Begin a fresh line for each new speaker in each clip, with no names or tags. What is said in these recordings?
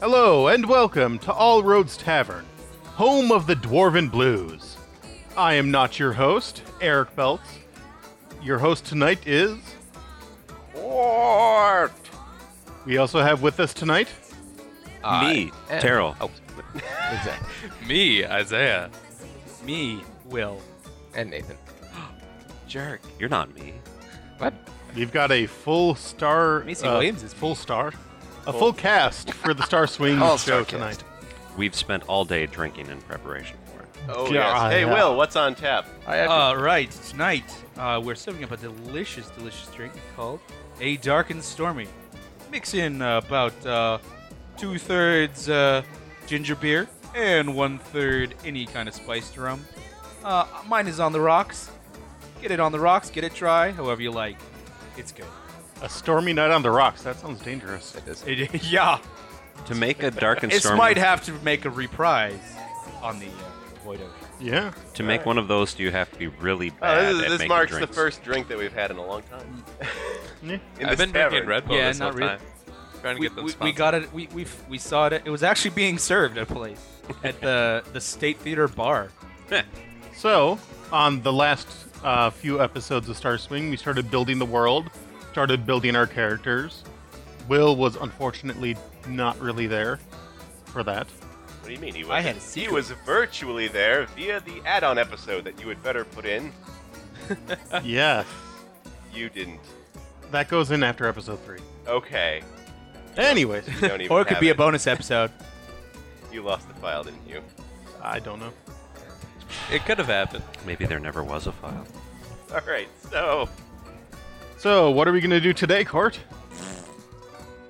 Hello and welcome to All Roads Tavern, home of the Dwarven Blues. I am not your host, Eric Belts. Your host tonight is.
Ort.
We also have with us tonight.
Me, Terrell.
Uh, Oh,
Me, Isaiah.
Me, Will.
and Nathan.
Jerk. You're not me.
What?
We've got a full star. uh,
Macy Williams is
full star. A full cast for the Star Swing
All star
show
cast.
tonight.
We've spent all day drinking in preparation for it.
Oh
Yeah.
yes. Hey, Will, what's on tap? I have
Uh,
All right, tonight uh, we're serving up a delicious, delicious drink called a dark and stormy. Mix in uh, about uh, two thirds uh, ginger beer and one third any kind of spiced rum. Uh, mine is on the rocks. Get it on the rocks. Get it dry, however you like. It's good.
A stormy night on the rocks. That sounds dangerous.
it is.
yeah,
Oh,
To make a dark and
it
stormy,
might have to make a reprise on the uh, void of.
Yeah.
to make one of those, you have to be really
Oh,
bad
this is,
at
this
making
marks
drinks.
the first drink that we've had in a long time.
Yeah.
In
I've
this
been
tavern.
drinking Red Bull
Mm-hmm. Yeah,
this
not
whole
really.
time. Trying to
we,
get them
we- we
sponsored.
got it. We, we we saw it. It was actually being served at a place at the the State Theater bar.
So, on the last uh, few episodes of Star Swing, we started building the world, started building our characters. Will was unfortunately not really there for that.
What do you mean he was?
I had a
he
secret.
was virtually there via the add-on episode that you had better put in.
yes.
You didn't.
That goes in after episode three.
Okay.
Anyways,
You don't even
or it could
have
be a bonus episode.
You lost the file, didn't you?
I don't know.
It could have happened.
Maybe there never was a file.
All right. So
So, what are we going to do today, Court?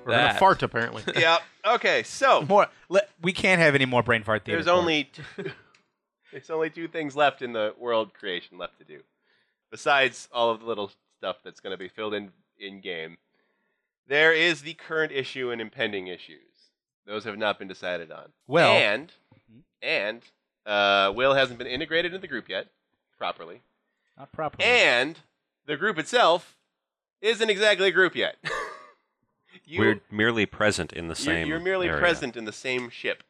We're going to
That.
fart, apparently.
yeah. Okay. So
More. le- we can't have any more brain fart theater.
there's
Corey.
only two, there's only two things left in the world creation left to do, besides all of the little stuff that's going to be filled in in game. There is the current issue and impending issues; those have not been decided on.
Well-
and
hmm?
and uh, Will hasn't been integrated into the group yet properly,
not
Hmm.
properly.
and the group itself isn't exactly a group yet. you,
We're merely present in the
you're,
same.
you're merely
area.
present in the same ship.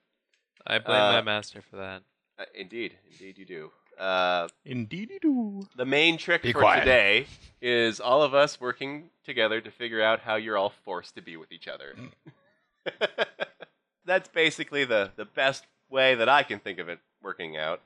I blame
Uh,
my master for that.
Uh, indeed, indeed, you do. Uh,
Indeedy do.
The main trick
Be
for
quiet.
today is all of us working together to figure out how you're all forced to be with each other.
Mm.
That's basically the, the best way that I can think of it working out.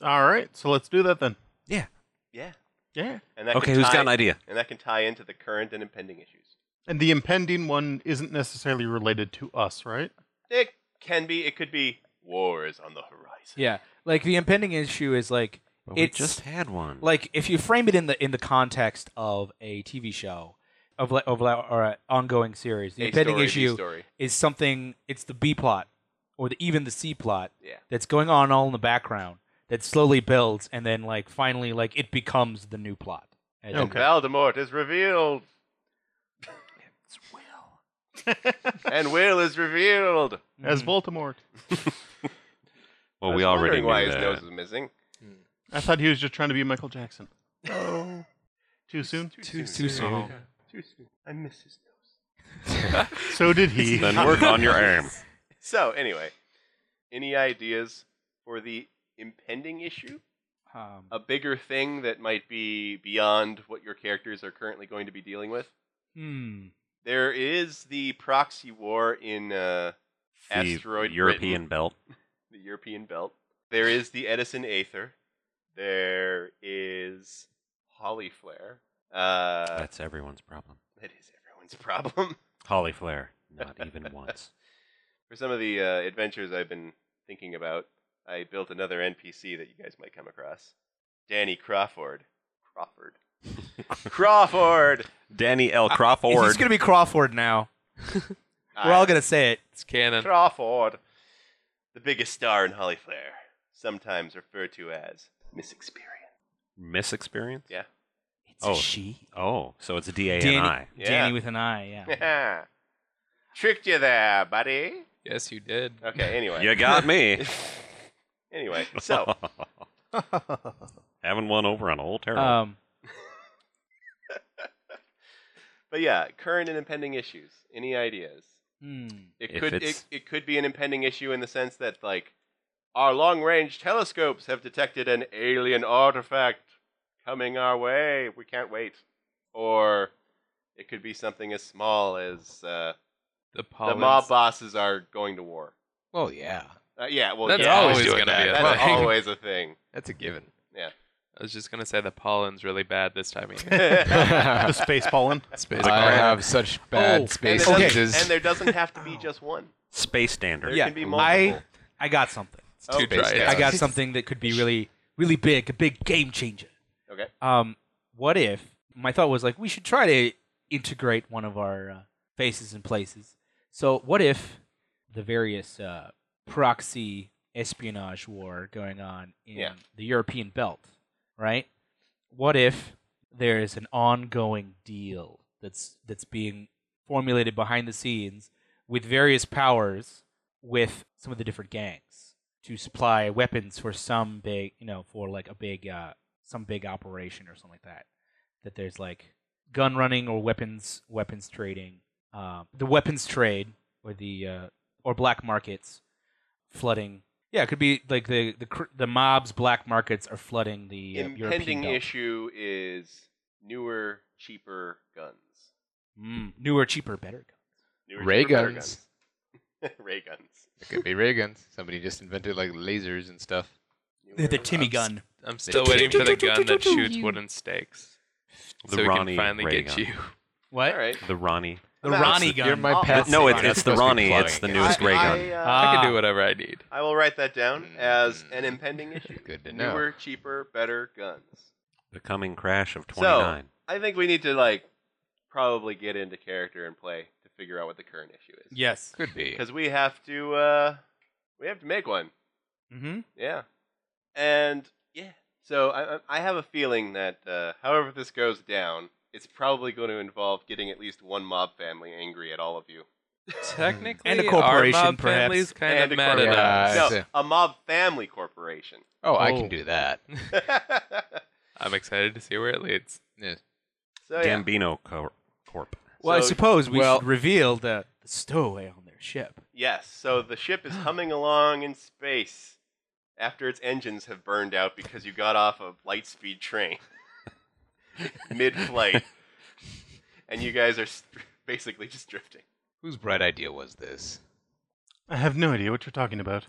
All right, so let's do that then.
yeah.
Yeah.
Yeah.
And that
Okay,
can
who's
tie-
got an idea?
And that can tie into the current and impending issues.
And the impending one isn't necessarily related to us, right?
It can be, it could be war is on the horizon.
Yeah. Like the impending issue is like
But
it's
we just had one.
like if you frame it in the in the context of a TV show of like of like, or an ongoing series, the
A
impending
story, B
issue
story.
is something. It's the B plot or the, even the C plot
Yeah.
that's going on all in the background that slowly builds and then like finally like it becomes the new plot. And
And Voldemort is revealed. It's Will. and Will is revealed.
As Voldemort.
I
well, we
was
already
wondering
knew
why his
that.
nose was missing.
I thought he was just trying to be Michael Jackson. Too soon?
Oh.
Oh.
Too
too soon.
Too soon. I miss his nose.
So did he.
then work on your arm.
So anyway, any ideas for the impending issue?
Um,
A bigger thing that might be beyond what your characters are currently going to be dealing with?
hmm.
There is the proxy war in uh,
The
Asteroid
European belt.
the European belt. There is the Edison Aether. There is Hollyflare. Uh,
That's everyone's problem.
that is everyone's problem.
Holly Flair, not even once.
for some of the uh, adventures I've been thinking about, I built another NPC that you guys might come across. Danny Crawford. Crawford. Crawford.
Danny L.
It's
Crawford.
gonna be Crawford now. We're all gonna say it.
It's canon.
Crawford. The biggest star in Hollyflare, sometimes referred to as Miss Experience.
Miss experience.
Yeah.
It's
Oh.
she.
Oh, so it's D A
Danny,
N I.
Yeah.
Danny with an I. Yeah.
Tricked you there, buddy.
Yes, you did.
Okay, anyway.
You got me.
Anyway, so
having one over on old Terrell.
um.
but yeah, current and impending issues. Any ideas?
Hmm.
It
If
could it,
it's-
it could be an impending issue in the sense that like our long-range telescopes have detected an alien artifact coming our way. We can't wait. Or it could be something as small as uh, the
The, pollens-
mob bosses are going to war.
Oh,
Well, yeah,
Uh, yeah, well,
That's
yeah,
always
always doing
gonna
that.
be a
that's
thing.
always a thing.
that's a given.
I was just gonna say the pollen's really bad this time of year.
and,
The space pollen.
Space
I
pollen.
have such bad
Oh,
there
space
doesn't,
diseases.
and there doesn't have to be just one.
Space standard.
There
Yeah,
can be multiple.
I I got something.
It's too
Space
dry.
down.
I
out.
got something that could be really really big, a big game changer.
Okay.
Um, what if my thought was like we should try to integrate one of our uh, faces and places. So what if the various uh, proxy espionage war going on in
Yeah.
the European belt, right? What if there is an ongoing deal that's that's being formulated behind the scenes with various powers with some of the different gangs to supply weapons for some big, you know, for like a big uh, some big operation or something like that. That there's like gun running or weapons weapons trading, um, the weapons trade or the uh, or black markets flooding. Yeah, it could be like the the cr- the mob's black markets are flooding the uh, European
Impending
belt.
issue is newer, cheaper guns.
Mm, newer, cheaper, better.
Newer,
Ray
cheaper, better
guns.
guns. Ray guns.
It could be ray guns. Somebody just invented like lasers and stuff.
The, the
Newer-
Timmy gun.
I'm still waiting for the gun that shoots wooden stakes,
The
so we
Ronnie
can finally
ray
get
gun.
you.
What?
All right.
The Ronnie.
The
That's-
Ronnie gun.
You're my
Oh,
pet.
no, it's,
Ronnie.
it's the
Supposed to be
Ronnie.
plotting
It's the
against
newest
I,
ray
I,
gun.
uh,
I can
Ah.
do whatever I need.
I will write that down as an
Mm.
impending issue.
Good to know.
Newer, cheaper, better guns.
The coming crash of
So-
29.
I think we need to like probably get into character and play to figure out what the current issue is.
Yes.
Could be.
Because we have to uh we have to make one.
Mm-hmm.
Yeah. And yeah. So I I I have a feeling that uh, however this goes down, it's probably going to involve getting at least one mob family angry at all of you.
Technically,
And a
our
corporation,
mob
perhaps.
family's kind
And a
of mad at
corporation.
Yeah,
us.
I
no,
see.
a mob family corporation.
Oh, I
Oh.
can do that.
I'm excited to see where it leads.
Yeah.
so oh, yeah.
Gambino Cor- Corp.
Well, I
So-
suppose we
well-
should reveal the, the stowaway on their ship.
Yes, so the ship is humming along in space after its engines have burned out because you got off a light speed train mid flight. and you guys are st- basically just drifting.
Whose bright idea was this?
I have no idea what you're talking about.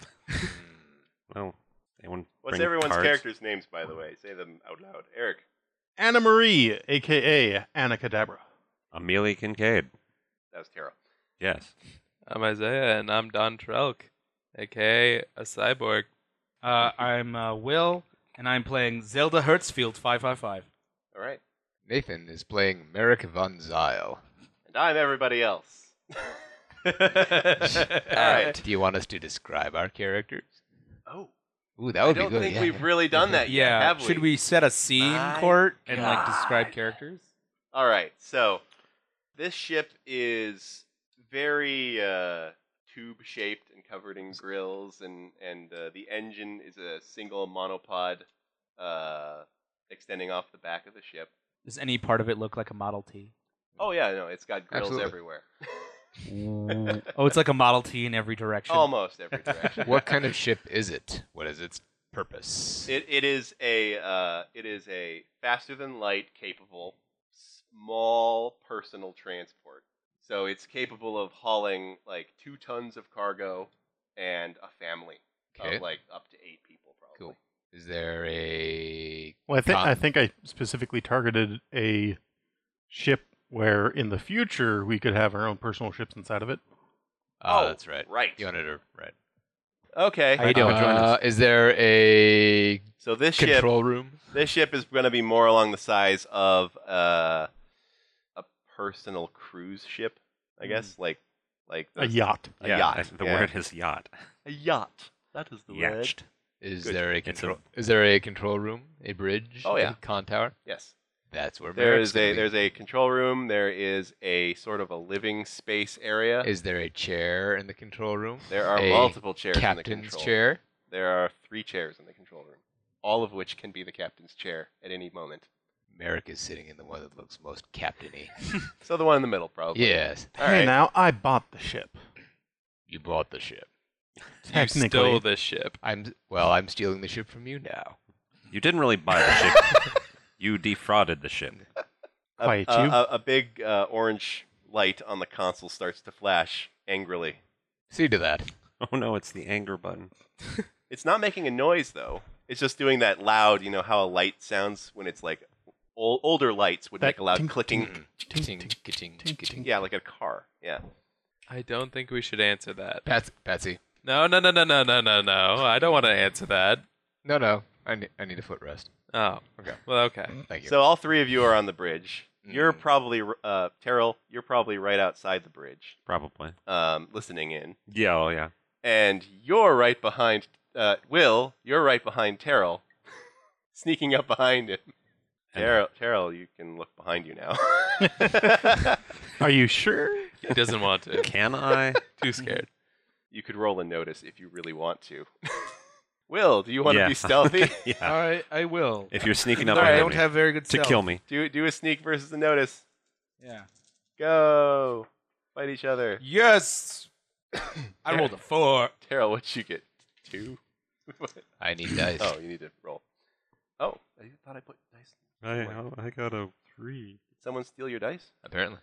Well, anyone
What's
bring
everyone's
cards?
characters' names, by the way? Say them out loud. Eric.
Anna Marie, aka Anna Cadabra.
Amelia Kincaid.
That was Carol.
Yes.
I'm Isaiah, and I'm Don Trelk, aka a cyborg.
Uh, I'm uh, Will, and I'm playing Zelda Hertzfield 555.
All right.
Nathan is playing Merrick von Zyle.
And I'm everybody else.
All
right.
Do you want us to describe our characters?
Oh,
Ooh, that would
I don't
be good.
think
yeah,
we've
yeah.
really done that yet,
Yeah,
Uh, have we?
should we set a scene
My
court and like describe
God.
characters?
All right, so this ship is very uh, tube shaped and covered in grills, and and uh, the engine is a single monopod uh, extending off the back of the ship.
Does any part of it look like a Model T?
Oh yeah, no, it's got grills
Absolutely.
everywhere,
Oh, it's like a Model T in every direction.
almost every direction.
What kind of ship is it? What is its purpose?
It it is a uh, it is a faster than light capable small personal transport. So it's capable of hauling like two tons of cargo and a family.
okay.
of uh, like up to eight people probably.
Cool. Is there a
Well, I think
Con-
I think I specifically targeted a ship where in the future we could have our own personal ships inside of it.
Oh,
Oh,
that's right.
Right.
You wanted to right.
Okay.
How you doing?
Uh, is there a
so this ship
control room?
this ship is going to be more along the size of uh, a personal cruise ship,
Hmm.
I guess, like like
A
those-
yacht.
A
yeah,
yacht,
I- the
yeah.
word is yacht.
a yacht. That is the word.
Yacht.
Is
Good.
there a
It's
control?
a-
Is there a control room? A bridge?
Oh, yeah.
A con tower?
Yes.
That's where
There
Merrick's
is a
gonna
there's a control room. There is a sort of a living space area.
be. Is there a chair in the control room?
there are
a
multiple chairs in the
Captain's
control.
chair.
There are three chairs in the control room, all of which can be the captain's chair at any moment.
Merrick is sitting in the one that looks most captainy.
So the one in the middle, probably.
yes,
All
hey,
right.
now I bought the ship.
you bought the ship.
You
Technically,
stole the ship.
I'm well. I'm stealing the ship from you now.
You didn't really buy the ship. you defrauded the ship.
A-
Quiet,
a,
you.
a, a big uh, orange light on the console starts to flash angrily.
See to that.
Oh no, it's the anger button.
It's not making a noise though. It's just doing that loud. You know how a light sounds when it's like ol- older lights would
That
make a loud
tink,
clicking.
Ka-ching, ka-ching,
tink,
ka-ching.
tink.
Yeah, like a car. Yeah.
I don't think we should answer that.
Pats, Patsy.
No, no, no, no, no, no, no, no. I don't want to answer that.
No, no. I need, I need a footrest.
Oh,
Okay.
well, okay.
Thank you.
So all three of you are on the bridge. You're
Mhm.
probably r- uh, Terrell. You're probably right outside the bridge,
Probably.
um, listening in.
Yeah, oh yeah.
And you're right behind uh, Will. You're right behind Terrell, sneaking up behind him. Terrell, Terrell, you can look behind you now.
Are you sure?
He doesn't want to.
Can I?
Too scared.
you could roll a notice if you really want to. Will, do you want to
Yeah.
be stealthy?
All
yeah.
right, I will.
If you're sneaking up
Sorry, I
behind
don't
me
have very good
to
stealth.
kill me.
do do a sneak versus a notice.
Yeah.
Go fight each other.
Yes. I rolled a four.
Terrell, what'd you get? Two.
I need dice.
Oh, you need to roll. Oh, I thought I put dice.
I,
oh,
I got a three.
Did someone steal your dice?
Apparently,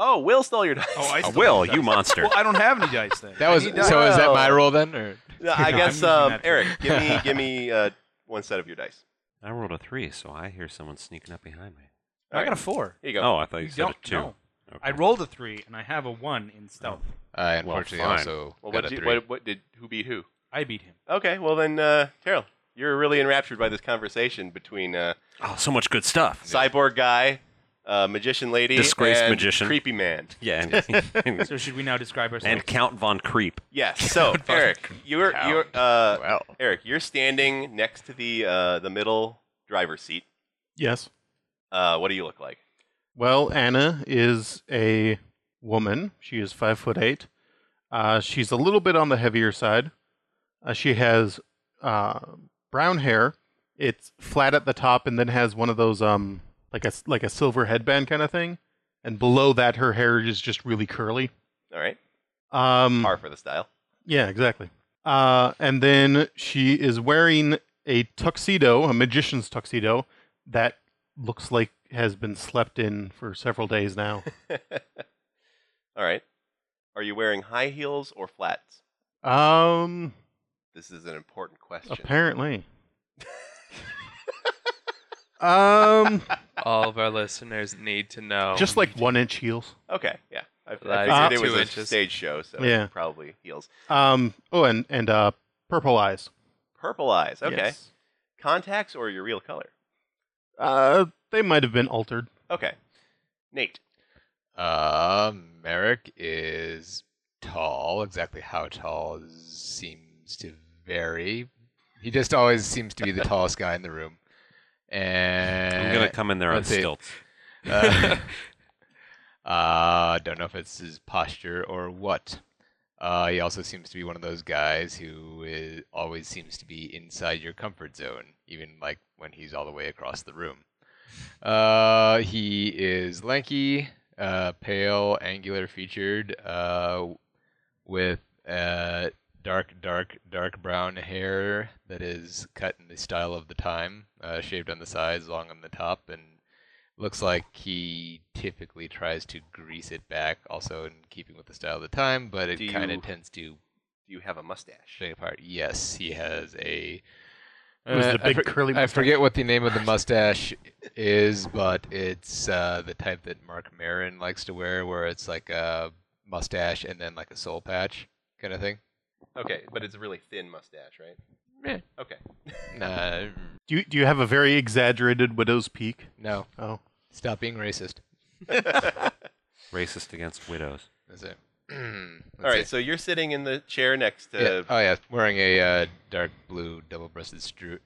Oh, Will stole your dice.
Oh, I
Uh,
stole
Will,
his dice.
you monster.
Well, I don't have any dice then.
that was so.
need
Is that my
Well.
roll then, or
No, I
No,
guess
I'm using
um,
that.
Eric, give me give me uh, one set of your dice.
I rolled a three, so I hear someone sneaking up behind me.
I got a
Alright,
four.
Here you go.
Oh, I thought you,
You
said a
don't
two.
know.
Okay.
I rolled a three and I have a one in stealth.
I Uh, unfortunately
fine.
also
well, what
got a
did,
three.
you, what, what did who beat who?
I beat him.
Okay, well then, uh, Terrell, you're really enraptured by this conversation between uh,
Oh, so much good stuff.
cyborg guy, uh, magician lady,
Disgraced
and
magician.
creepy man.
Yeah. And,
So should we now describe ourselves?
and Count Von Creep.
Yes. So Eric, you're you're uh,
well,
Eric, you're standing next to the uh, the middle driver's seat.
Yes.
Uh, what do you look like?
Well, Anna is a woman. She is five foot eight. Uh, she's a little bit on the heavier side. Uh, she has uh, brown hair. It's flat at the top, and then has one of those um like a like a silver headband kind of thing. And below that, her hair is just really curly.
All right,
Um,
par for the style.
Yeah, exactly. Uh, and then she is wearing a tuxedo, a magician's tuxedo, that looks like has been slept in for several days now.
All right. Are you wearing high heels or flats?
um,
This is an important question.
apparently. um,
All of our listeners need to know.
just like one inch heels.
Okay, yeah. I, I
Like
figured
Uh,
it was
two
a
inches.
stage show, so
Yeah.
probably heels.
Um, oh, and and uh, purple eyes.
Purple eyes. Okay.
Yes.
Contacts or your real color?
Uh, they might have been altered.
Okay. Nate.
Uh, Merrick is tall. Exactly how tall seems to vary. He just always seems to be the tallest guy in the room. And
I'm
"Eh,
going to come in there on
let's see.
stilts.
Uh, uh, don't know if it's his posture or what. Uh, he also seems to be one of those guys who is, always seems to be inside your comfort zone, even like when he's all the way across the room. Uh, he is lanky, uh, pale, angular featured, uh, with uh, dark, dark, dark brown hair that is cut in the style of the time, uh, shaved on the sides, long on the top, and looks like he typically tries to grease it back, also in keeping with the style of the time, but
Do
it kind
you-
of tends to
Do you have a mustache?
shake apart. Yes, he has a.
It was
Uh,
the
I
big
for-
curly.
I
mustache.
forget what the name of the mustache is, but it's uh, the type that Mark Marin likes to wear, where it's like a mustache and then like a soul patch kind of thing.
Okay, but it's a really thin mustache, right?
Yeah.
Okay.
Nah,
Do you, do you have a very exaggerated widow's peak?
no,
Oh,
stop being racist.
Racist against widows.
That's it.
All right, so uh, you're sitting in the chair next to
Yeah. Oh yeah, wearing a uh, dark blue double-breasted stru-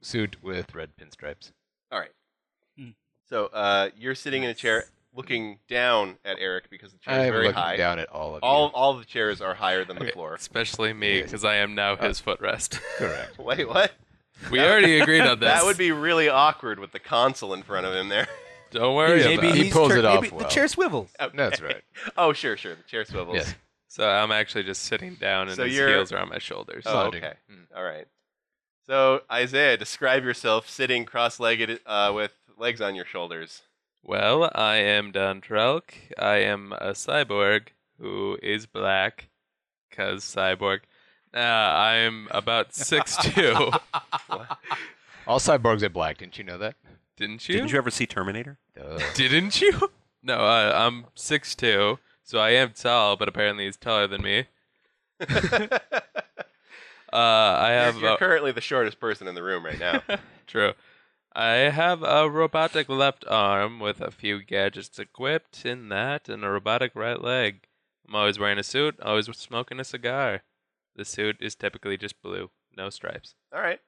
suit with red pinstripes.
All right.
Hmm.
mm.
So uh, you're sitting in a chair looking down at Eric because the chair is
I'm
very
looking
high.
down at all of
All
you.
all the chairs are higher than the
Okay.
floor. Uh,
Especially me, because I am now his footrest.
Correct.
Wait, what?
We already agreed on this.
That would be really awkward with the console in front of him there.
Don't worry
Maybe
about
he
it.
he's
pulls
tur-
it off
Maybe the
well.
chair swivels.
No, that's right.
Oh, sure, sure. The chair swivels.
Yes.
So I'm actually just sitting down, and
So
his
you're-
heels are on my shoulders.
Oh,
Sliding.
okay.
Mm.
All right. So, Isaiah, describe yourself sitting cross-legged uh, with legs on your shoulders.
Well, I am Don Trelk. I am a cyborg who is black, cause cyborg. Uh, I'm about six two.
All cyborgs are black. Didn't you know that?
Didn't you?
Didn't you ever see Terminator?
Duh.
Didn't you? No, uh, I'm six two, so I am tall, but apparently he's taller than me. Uh, I
You're-
have
you're,
a-
currently the shortest person in the room right now.
True. I have a robotic left arm with a few gadgets equipped in that and a robotic right leg. I'm always wearing a suit, always smoking a cigar. The suit is typically just blue, no stripes.
All right.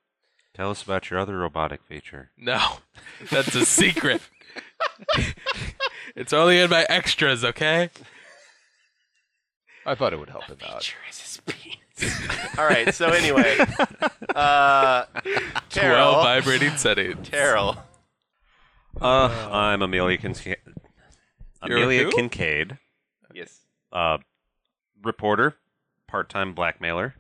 Tell us about your other robotic feature.
No, that's a secret. it's only in my extras, okay?
I thought it would help him out.
All right. So anyway, uh, Terrell,
Twelve vibrating settings.
Terrell,
Uh, I'm Amelia Kincaid.
You're
Amelia
who?
Kincaid,
yes,
uh, reporter, part-time blackmailer.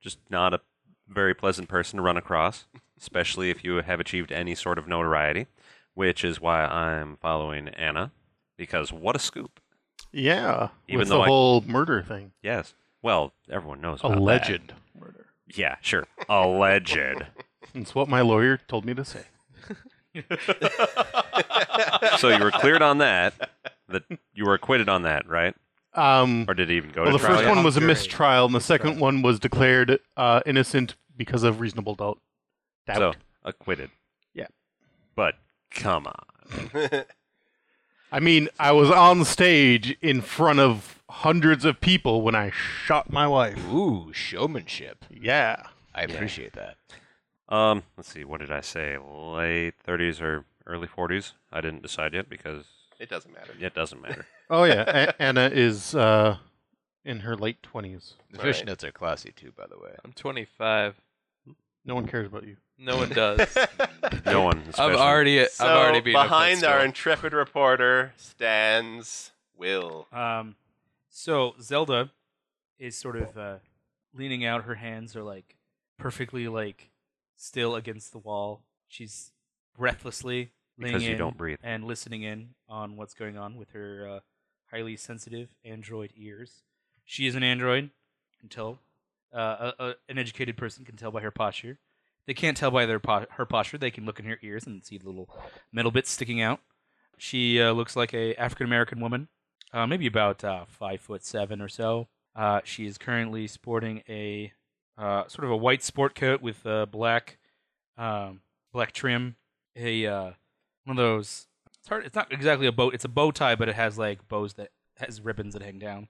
Just not a very pleasant person to run across, especially if you have achieved any sort of notoriety, which is why I'm following Anna, because what a scoop!
Yeah.
Even
with
though
the
I-
whole murder thing.
Yes. Well, everyone knows about that.
Alleged murder.
Yeah, sure. Alleged.
It's what my lawyer told me to say.
so you were cleared on that. That you were acquitted on that, right?
Um,
Or did it even go
well, the
to trial?
first
yet?
one was a
Jury.
mistrial, and the second one was declared uh, innocent because of reasonable doubt. Doubt.
So acquitted.
Yeah.
But come on.
I mean, I was on stage in front of hundreds of people when I shot my wife.
Ooh, showmanship.
Yeah.
I appreciate that.
Um, let's see. What did I say? Late 30s or early 40s? I didn't decide yet because
it doesn't matter.
it doesn't matter.
Oh yeah. A- Anna is uh, in her late twenties.
The
Right.
fishnets are classy too, by the way.
I'm 25.
No one cares about you.
No one does.
no one. Especially.
I've already,
so
I've already been
behind our intrepid reporter stands Will.
Um, so Zelda is sort of uh, leaning out. Her hands are like perfectly like still against the wall. She's breathlessly leaning
Because you
in
don't breathe.
and listening in on what's going on with her uh, highly sensitive android ears. She is an android until uh, a, a, an educated person can tell by her posture. They can't tell by their po- her posture. They can look in her ears and see the little metal bits sticking out. She uh, looks like a African American woman uh, maybe about uh, five foot seven or so. Uh, she is currently sporting a uh, sort of a white sport coat with uh, black um, black trim, a uh, one of those. It's hard. It's not exactly a bow. It's a bow tie, but it has like bows that has ribbons that hang down.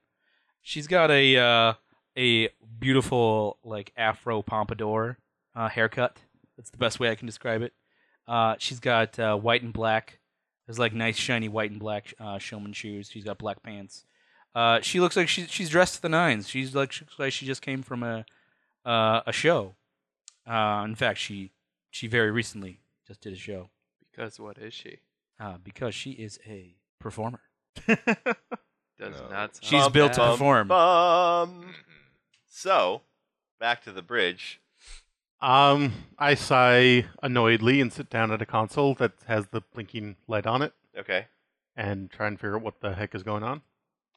She's got a uh, a beautiful like Afro pompadour uh, haircut. That's the best way I can describe it. Uh, she's got uh, white and black there's like nice shiny white and black uh, showman shoes. She's got black pants. Uh, she looks like she's she's dressed to the nines. She's like she looks like she just came from a uh, a show. Uh, in fact, she she very recently just did a show
Because what is she?
uh, because she is a performer.
Does
No.
not. sound
She's built to
bad.
perform.
Mm-hmm.
Um, so back to the bridge.
Um, I sigh annoyedly and sit down at a console that has the blinking light on it
Okay.
and try and figure out what the heck is going on.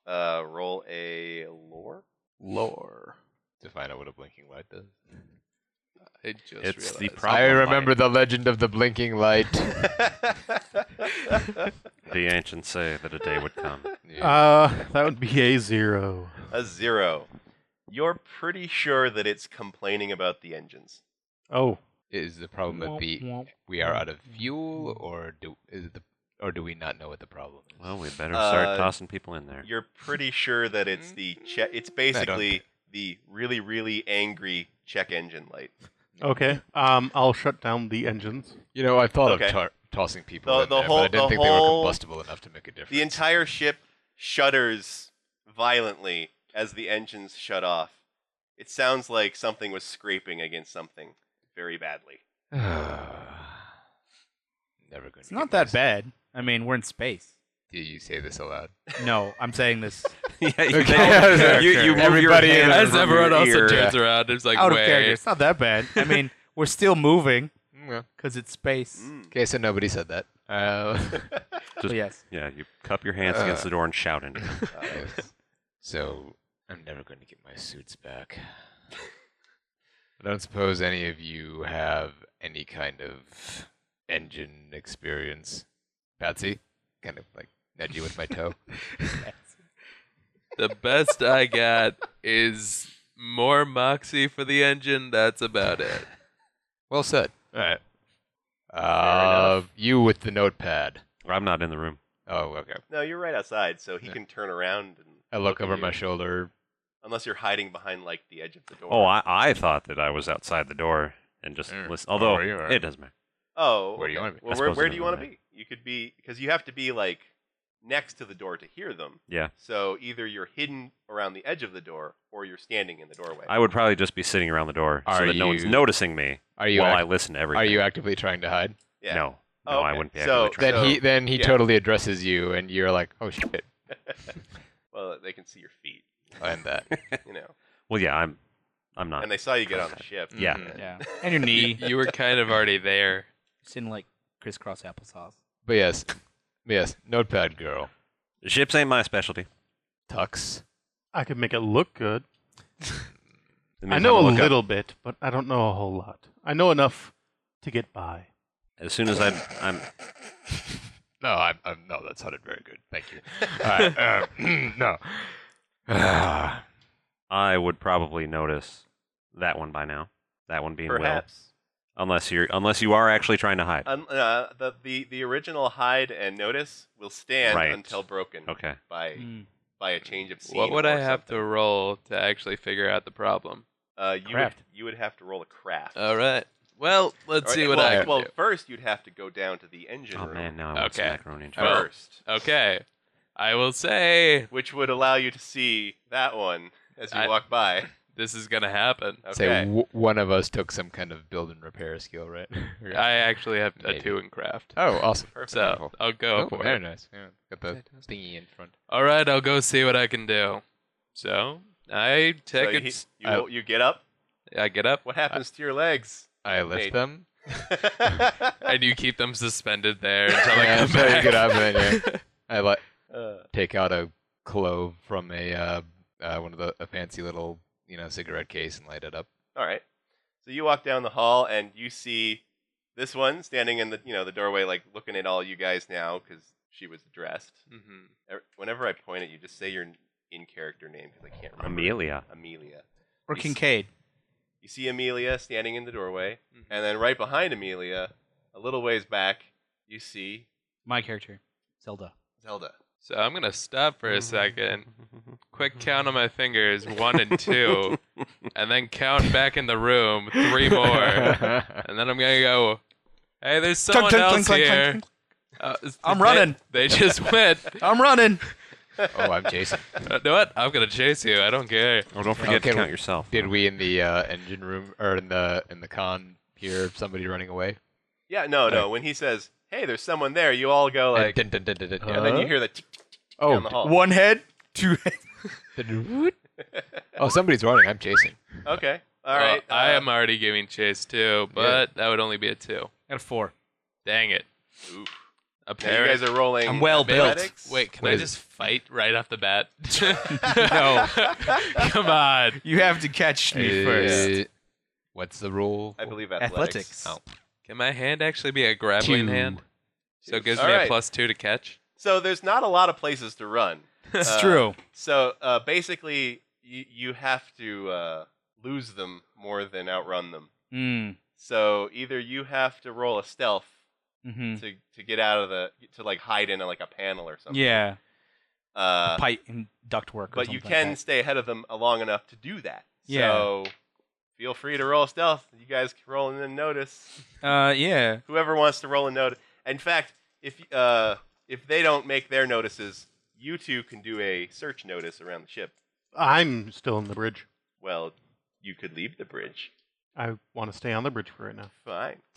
Uh, roll a lore.
Lore.
To find out what a blinking light does.
I just
It's the
realized.
problem.
I remember
light.
the legend of the blinking light.
the ancients say that a day would come.
Uh, that would be a zero.
a zero. You're pretty sure that it's complaining about the engines.
Oh,
is the problem that the we are out of fuel, or do is it the or do we not know what the problem is?
Well, we better start
Uh,
tossing people in there.
You're pretty sure that it's
Mm-hmm.
the che- It's basically the really, really angry check engine light.
okay. Um, I'll shut down the engines.
you know, I thought
Okay.
of tar- tossing people
The-
in
the
there,
whole-
but I didn't
the
think
whole-
they were combustible enough to make a difference.
The entire ship shudders violently as the engines shut off. It sounds like something was scraping against something very badly.
Never going.
It's not that bad. I mean, we're in space.
Do you say this aloud?
No, I'm saying this
yeah, you,
Okay.
you, you move
Everybody
your hand
is-
As
from
everyone
your
else
ear.
turns around, it's like,
out of
wait.
character. It's not that bad. I mean, we're still moving
Mm,
because it's space.
Mm.
Okay, so nobody said that. Uh,
But yes.
Yeah, you cup your hands against the door and shout into it.
Uh,
yes. So I'm never going to get my suits back. I don't suppose any of you have any kind of engine experience, Patsy. Kind of like nudge you with my toe.
The best I got is more moxie for the engine. That's about it.
well said.
All right.
Uh, you with the notepad.
I'm not in the room.
Oh, okay.
No, you're right outside, so he
Yeah.
can turn around. And
I look
at
over my
you.
shoulder.
Unless you're hiding behind like the edge of the door.
Oh, I, I thought that I was outside the door and just
Mm.
listen. Although
Oh, you are.
it doesn't matter.
Oh,
Where do you
okay.
wanna be?
Well,
I
where,
suppose
where
it
do you
doesn't
want to be? You could be because you have to be like next to the door to hear them.
Yeah.
So either you're hidden around the edge of the door, or you're standing in the doorway.
I would probably just be sitting around the door so
Are
that no one's
you-
noticing me
Are you
while I
act-
listen to everything.
are you actively trying to hide?
yeah.
No, no,
Oh,
I
okay.
wouldn't be.
So-
actively trying.
Then he
So-
then he
yeah.
totally addresses you, and you're like, oh shit,
Well, they can see your feet,
and that.
you know,
well, yeah, I'm. I'm not.
and they saw you get on the ship.
Yeah.
Mhm.
Yeah. And your knee.
You were kind of already there.
It's in like crisscross applesauce.
But yes, yes, notepad girl.
Ships ain't my specialty.
Tux.
I could make it look good.
It
I
means
know
I'm
a
gonna look up.
little bit, but I don't know a whole lot. I know enough to get by.
As soon as I, I'm.
No, I'm, I'm. No, that sounded very good. Thank you. All right, uh, no. Ah,
I would probably notice that one by now. That one being
Perhaps
Will, unless you're, unless you are actually trying to hide.
um, uh, the, the the original hide and notice will stand
Right.
until broken
okay.
by
Hmm. Mm.
by a change of scene.
What would
or
I have
something.
to roll to actually figure out the problem?
Uh, you would,
Craft.
you would have to roll a craft.
All right. Well, let's
Or-
see what
well,
I can
Well,
do.
first you'd have to go down to the engine
Oh
room
man, now I want some
Okay.
macaroni and cheese.
Well-
first,
Okay. I will say
which would allow you to see that one as you
I-
walk by.
this is going to happen.
Okay.
Say w- one of us took some kind of build and repair skill, right? Okay.
I actually have a
Maybe.
two in craft.
oh, awesome.
So I'll go
Oh,
for
very
it.
nice. Yeah, got the thingy in front.
All right, I'll go see what I can do. So I
So
take
you,
it.
you,
Uh,
I-
you get up.
I get up
What happens to your legs?
I lift
Nate.
them.
uh,
and you keep them suspended there until
Yeah,
I come
until you
back.
get up and then I like
Uh,
take out a clove from a uh, uh, one of the a fancy little you know cigarette case and light it up.
all right. So you walk down the hall and you see this one standing in the you know the doorway, like looking at all you guys now because she was dressed.
Mhm.
Ev- Whenever I point at you, just say your in character name because I can't remember.
Amelia.
Amelia.
Or
Yes.
Kincaid.
You see Amelia standing in the doorway,
Mhm.
and then right behind Amelia, a little ways back, you see
My character. Zelda.
Zelda.
So I'm gonna stop
Mm.
for a second. Quick count on my fingers, one and two, and then count back in the room, three more, and then I'm gonna go. Hey, there's someone else here. Uh, s-
I'm
they-
running.
They just went. Uh,
I'm running.
oh, I'm Jason.
You know what? I'm gonna chase you. I don't care.
Oh, don't forget to
Okay,
count
well,
yourself.
Did we in the uh, engine room or in the in the con hear somebody running away?
Yeah, no, no. When he says, "Hey, there's someone there," you all go
And
like,
dun- dun- dun- dun- dun- yeah,
and then you hear the tick, tick, tick
Oh,
down the hall.
uh, One head, two heads.
dun- dun- woot. oh, somebody's running. I'm Jason.
Okay, all
Uh,
right.
I
uh,
am already giving chase too, but that would only be a two.
Got a four.
Dang it.
Oof.
A
Now you
pair.
guys are rolling.
I'm well built.
athletics?
Wait, can
What
I
is it?
just fight right off the bat? no. Come on.
Uh, You have to catch me first.
Uh, What's the rule?
I believe
Athletics.
athletics. Oh.
Can my hand actually be a grappling
Two.
hand? So it gives
All
me
right.
a plus two to catch.
So there's not a lot of places to run.
It's
Uh,
true.
So uh, basically, you you have to uh, lose them more than outrun them.
Mm.
So either you have to roll a stealth
hmm
to to get out of the to like hide in a, like a panel or something.
Yeah.
Uh,
Pipe and duct work. or
but you
something
can
Like
stay ahead of them uh, long enough to do that.
Yeah.
So feel free to roll stealth. You guys can roll and then notice.
that. Uh, yeah.
Whoever wants to roll a notice. In fact, if uh, if they don't make their notices, you two can do a search notice around the ship.
I'm still in the bridge.
Well, you could leave the bridge.
I want to stay on the bridge for right now.
Fine.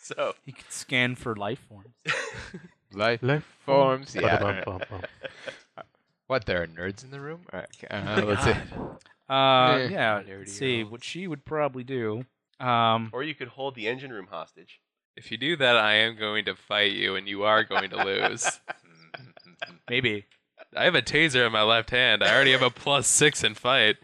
so
He can scan for life forms. Uh,
Life
Left
forms. Yeah.
Ba-da-bum-bum-bum.
What? There are nerds in the room. All right.
Oh
Uh, let's see.
Uh,
Yeah.
yeah.
Nerdy
Let's see what she would probably do. Um,
or you could hold the engine room hostage.
If you do that, I am going to fight you, and you are going to lose.
maybe
I have a taser in my left hand. I already have a plus six in fight.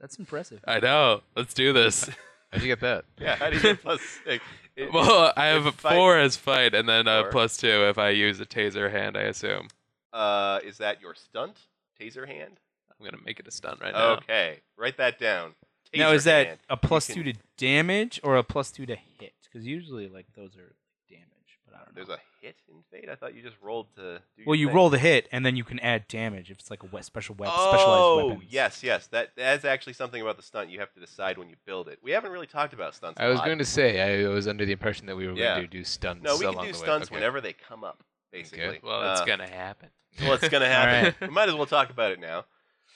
that's impressive.
I know. Let's do this.
How'd you get that?
Yeah, how do you get plus six? It-
Well, I have
If
a
fight-
four as fight, and then a
Four.
plus two if I use a taser hand. I assume
uh, is that your stunt? Taser hand?
I'm gonna make it a stun right now.
Okay, write that down. Taser
now is that
hand.
a plus
can-
two to damage or a plus two to hit? Because usually like those are damage, but I don't know.
There's a hit in Fate? I thought you just rolled to. Do your
well, you
thing.
roll the hit and then you can add damage if it's like a we- special weapon,
Oh,
specialized weapon.
yes, yes. That that's actually something about the stunt you have to decide when you build it. We haven't really talked about stunts. a
I was
lot.
going to say I was under the impression that we were
Yeah.
going to do stunts.
No, we
along
can do
the way.
stunts
Okay.
whenever they come up. Basically,
Well, it's
Uh,
gonna happen.
well, it's gonna happen.
Alright.
We might as well talk about it now.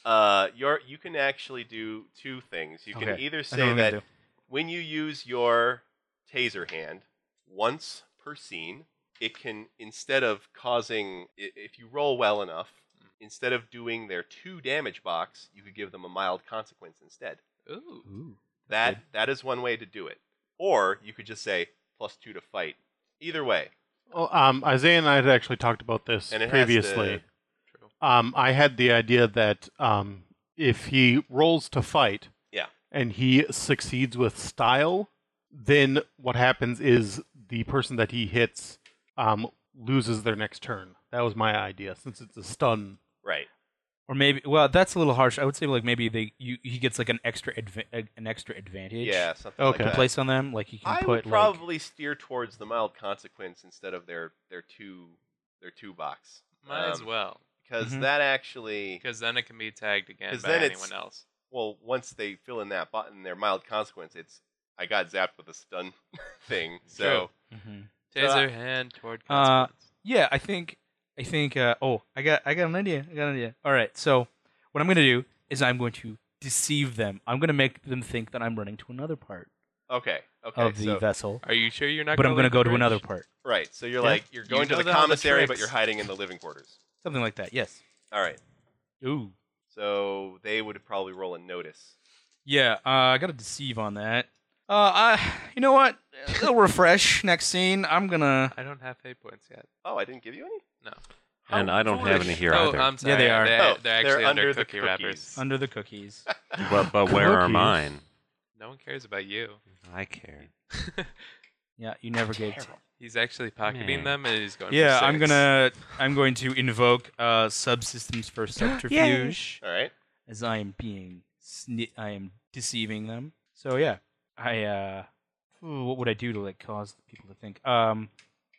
Uh, your you can actually do two things. You can
Okay.
either
I know what
say
I'm gonna
that when you use your taser hand once per scene, it can instead of causing i- if you roll well enough,
Mm.
instead of doing their two damage box, you could give them a mild consequence instead.
Ooh.
do. Ooh.
That that is one way to do it. Or you could just say plus two to fight. Either way,
Well, um, Isaiah and I had actually talked about this
and it
previously.
Has to, True.
um, I had the idea that um, if he rolls to fight,
Yeah.
and he succeeds with style, then what happens is the person that he hits um, loses their next turn. That was my idea, since it's a stun.
right.
Or maybe well, that's a little harsh. I would say like maybe they you, he gets like an extra adva- a- an extra advantage.
Yeah, something
Okay.
like that.
Place on them like you can
I would
put
probably steer towards the mild consequence instead of their their two their two box.
Might as
Um,
well,
because
Mhm.
that actually
because then it can be tagged again
'Cause
by
then it's-
anyone else.
well once they fill in that button their mild consequence it's I got zapped with a stun thing so
like Mhm.
So, uh,
Taser hand toward
Uh,
consequence.
yeah. I think I think uh, oh I got I got an idea I got an idea. All right, so what I'm gonna do is I'm going to deceive them. I'm gonna make them think that I'm running to another part
okay okay
of the
so,
vessel,
Are you sure you're not?
but I'm
going
gonna go to another part,
right so you're
Yeah.
like you're going
know
to the
all the
commissary but
tricks.
you're hiding in the living quarters
something like that. Yes.
all right
Ooh.
so they would probably roll a notice
Yeah, uh, I got to deceive on that. Uh, I, you know what? It'll refresh next scene. I'm gonna.
I don't have fate points yet.
oh I didn't give you any
And
How
I don't have any
foolish.
here
oh,
either.
I'm sorry.
Yeah, they are.
They're,
Oh,
they're actually
they're
under,
under the
cookie wrappers.
cookies.
Under the cookies.
but but where are
Cookies.
mine?
No one cares about you.
I care.
Yeah, you never gave.
He's actually pocketing
Man.
them, and he's going. for
Yeah, I'm
six.
gonna. I'm going to invoke uh, subsystems for subterfuge
all right
as I am being. Sni- I am deceiving them. So yeah, I. uh ooh, What would I do to like cause people to think? Um,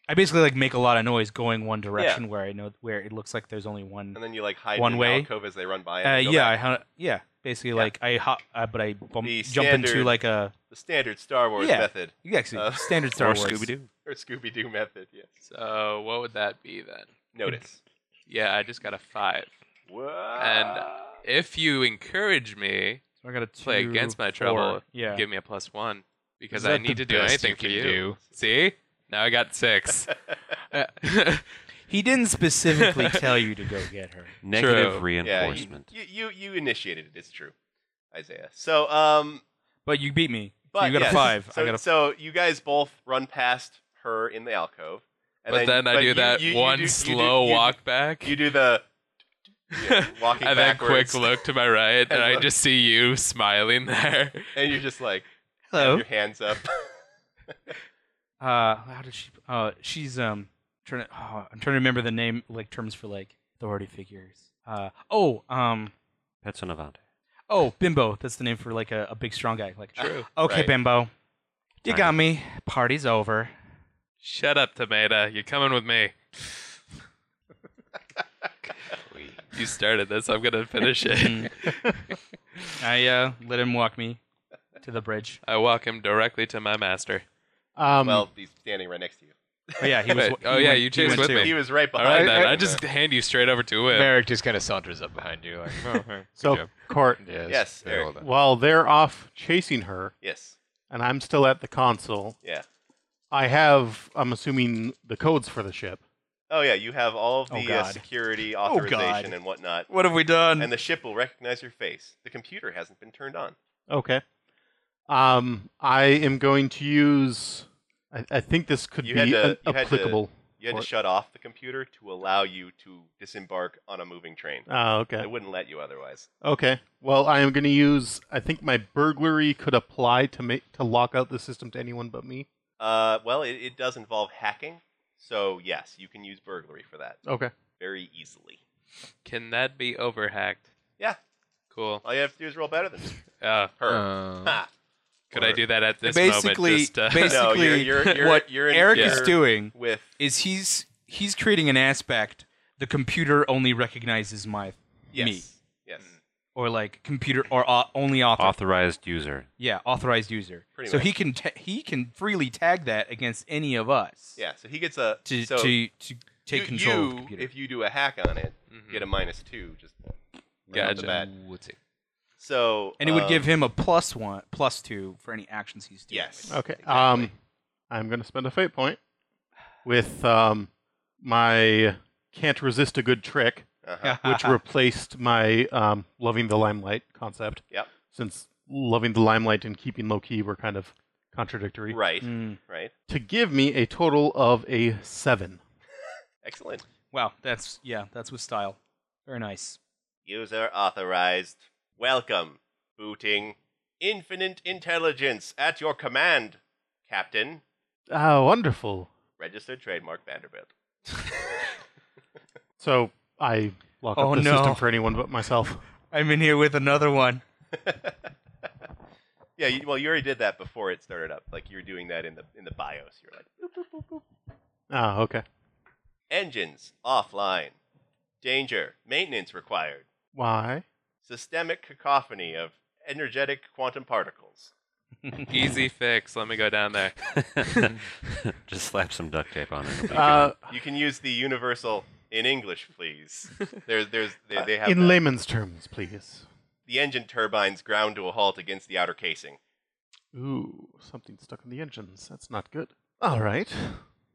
I basically like make a lot of noise going one direction where I know where it looks like there's only one.
and then you like hide
One
in an
way.
alcove as they run by
Uh,
and they go
yeah, I
back.
ha- yeah. Basically, like I hop, uh, but I bump,
The
jump into
standard-
like a
the standard Star Wars
Yeah.
method
yeah, actually
Uh,
standard Star
Or
Wars.
Scooby Doo.
or Scooby Doo method yeah
So what would that be then?
notice
Yeah, I just got a five.
Whoa.
If you encourage me,
So I got a two,
Play against my
four.
trouble.
Yeah.
give me a plus one because
Is
I
that the
need to do
best
anything
you
for
can
you.
do?
See, now I got six.
he didn't specifically tell you to go get her.
Negative
True.
Yeah, you-
reinforcement.
you, you you initiated it. It's true, Isaiah. So um,
But you beat me. So
but
you got
yes.
a five.
So,
I got a
so you guys both run past her in the alcove, and
but then, I
but
do
you-
that
you- you
one
do- you do-
slow
you do-
walk back,
You do the yeah, walking
and then
backwards,
quick look to my right, and I
look.
just see you smiling there.
and you're just like
hello.
your hands up.
Uh, how did she? Uh, she's um trying to. Oh, I'm trying to remember the name like terms for like authority figures. Uh oh um
Petsonovante.
oh bimbo. That's the name for like a, a big strong guy. Like uh,
True.
okay
Right.
bimbo, you
Tiny.
got me. Party's over.
Shut up, tomato. You're coming with me. you started this. I'm gonna finish it.
Mm. I uh, let him walk me to the bridge.
I walk him directly to my master.
Um,
well, he's standing right next to you.
Oh yeah, he was.
Wait, oh,
he
yeah,
went-
you
he
chased
went
with
too.
me.
He was right
All
behind.
right,
me.
then. I just hand you straight over to Whip.
Merrick just kind of saunters up behind you, like, oh, hey,
So,
good job.
Court,
Yes,
Yes,
very
Eric.
well done.
while they're off chasing her,
yes.
and I'm still at the console,
Yeah.
I have, I'm assuming, the codes for the ship.
Oh yeah, you have all of the uh,
God.
security
Oh,
God.
authorization and whatnot,
What have we done?
and the ship will recognize your face. The computer hasn't been turned on.
Okay. Um, I am going to use. I, I think this could
You
be
had to-
an-
you had to-
applicable.
You had
What?
to shut off the computer to allow you to disembark on a moving train.
Uh,
Oh,
They
okay.
wouldn't let you otherwise.
Okay. Well, I am going to use. I think my burglary could apply to make to lock out the system to anyone but me.
Uh, well, it, it does involve hacking, so yes, you can use burglary for
Oh.
that
Okay.
very easily.
Can that be overhacked?
Yeah.
Cool.
All you have to do is roll better than
Uh,
her.
Uh,
ha.
could I do that at this
Basically-
moment? Just, uh,
basi-
No, you're,
basically,
you're, you're,
what
you're in
Eric
fear
is doing
with
is he's he's creating an aspect the computer only recognizes my
yes,
me Mm.
Yes,
or like computer or au- only author.
Authorized user.
Yeah, authorized user.
Pretty
so
much.
he can ta- he can freely tag that against any of us.
yeah. So he gets a
To
so
to to take
you- you,
control of the computer. Mm.
If you do a hack on it,
Mhm.
get a minus two. Just right off the
Gotcha.
bat.
what's it?
So
and it would
um,
give him a plus one, plus two for any actions he's doing.
yes.
Okay.
exactly.
Um, I'm going to spend a fate point with um my can't resist a good trick,
Uh-huh.
which replaced my um loving the limelight concept.
Yep.
Since loving the limelight and keeping low key were kind of contradictory.
Right.
Mm.
Right.
to give me a total of a seven.
Excellent.
Wow, that's yeah, that's with style. Very nice.
User authorized. Welcome. Booting. Infinite intelligence at your command, Captain.
Ah, wonderful.
Registered trademark Vanderbilt.
So I lock
Oh,
up the
no.
system for anyone but myself.
I'm in here with another one.
yeah, you, well, you already did that before it started up. Like you were doing that in the in the BIOS. You're like
Ah, okay.
engines offline, danger, maintenance required,
Why?
systemic cacophony of energetic quantum particles.
easy fix. Let me go down there.
just slap some duct tape on it. it'll be
Uh,
You can use the universal in English, please. There's, there's, they, they have
Uh, in
that.
layman's terms, please.
the engine turbines ground to a halt against the outer casing.
Ooh, something stuck in the engines. That's not good. All right.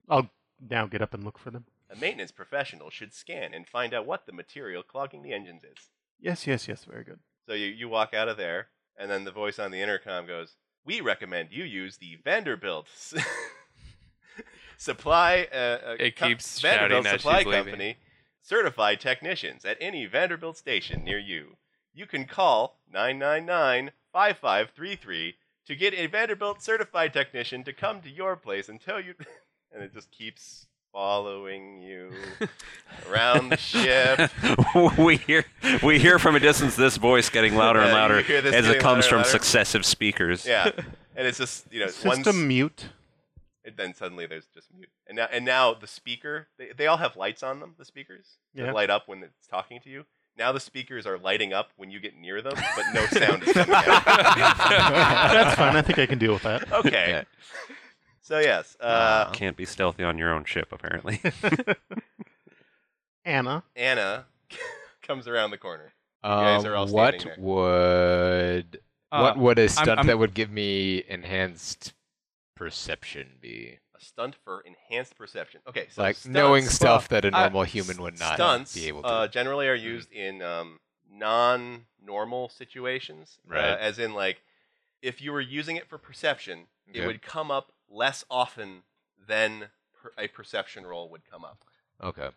I'll now get up and look for them.
A maintenance professional should scan and find out what the material clogging the engines is.
Yes, yes, yes. Very good.
So you, you walk out of there, and then the voice on the intercom goes, We recommend you use the Vanderbilt s- supply. Uh, uh,
It
co-
keeps
Vanderbilt
shouting that
Supply
she's leaving.
Company certified technicians at any Vanderbilt station near you. You can call 999 5533 to get a Vanderbilt certified technician to come to your place until you. and it just keeps following you around the ship.
good. we hear we hear from a distance this voice getting louder and
Yeah, Uh, you
louder
hear this
as it
getting
comes
louder
from
and louder.
successive speakers.
Yeah. And it's just, you know,
System
once-
mute.
and then suddenly there's just mute. And now, and now the speaker, they, they all have lights on them. The speakers that
Yeah.
light up when it's talking to you. Now the speakers are lighting up when you get near them, but no sound is coming out.
That's fine. I think I can deal with that.
Okay.
Yeah.
So yes, uh,
Can't be stealthy on your own ship, apparently.
Anna,
Anna comes around the corner. guys are all
Um, what
standing there.
would what
Uh,
would a stunt
I'm-
that would give me enhanced perception be?
A stunt for enhanced perception. Okay, so
like
stunts,
knowing
well,
stuff that a
I-
normal human would not
stunts
be able to. Hmm.
uh, generally are used in um, non-normal situations, uh,
Right.
as in like if you were using it for perception, it
Okay.
would come up less often than per- a perception roll would come up.
okay.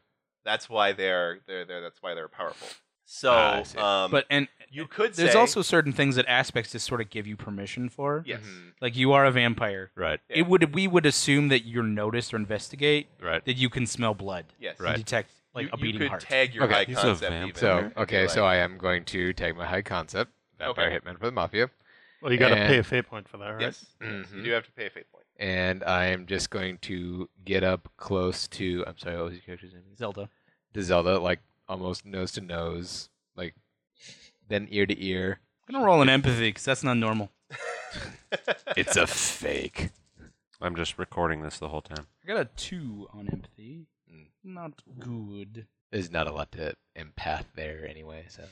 That's why they're they're, they're that's why they're powerful. So,
Ah, I see.
um,
But and
you could
there's
say
also certain things that aspects just sort of give you permission for.
yes,
Mhm.
Like you are a vampire.
Right.
Yeah.
It would we would assume that you're noticed or investigate
Right.
that you can smell blood.
yes,
and
Right.
detect like
you,
a
you
beating
could
heart.
tag your
Okay.
high
He's a
concept.
vamp.
even if
So
you
okay,
like.
so I am going to tag my high concept vampire
Okay.
hitman for the mafia,
well, you got to
And-
pay a fate point for that, right?
yes, yes, you
Mhm.
do have to pay a fate point.
and I am just going to get up close to. I'm sorry, what was your character's name?
Zelda.
To Zelda, like almost nose to nose, like then ear to ear.
I'm gonna roll an empathy because that's not normal.
It's a fake.
I'm just recording this the whole time.
I got a two on empathy.
Hmm.
Mm.
Not good.
There's not a lot to empath there anyway, so.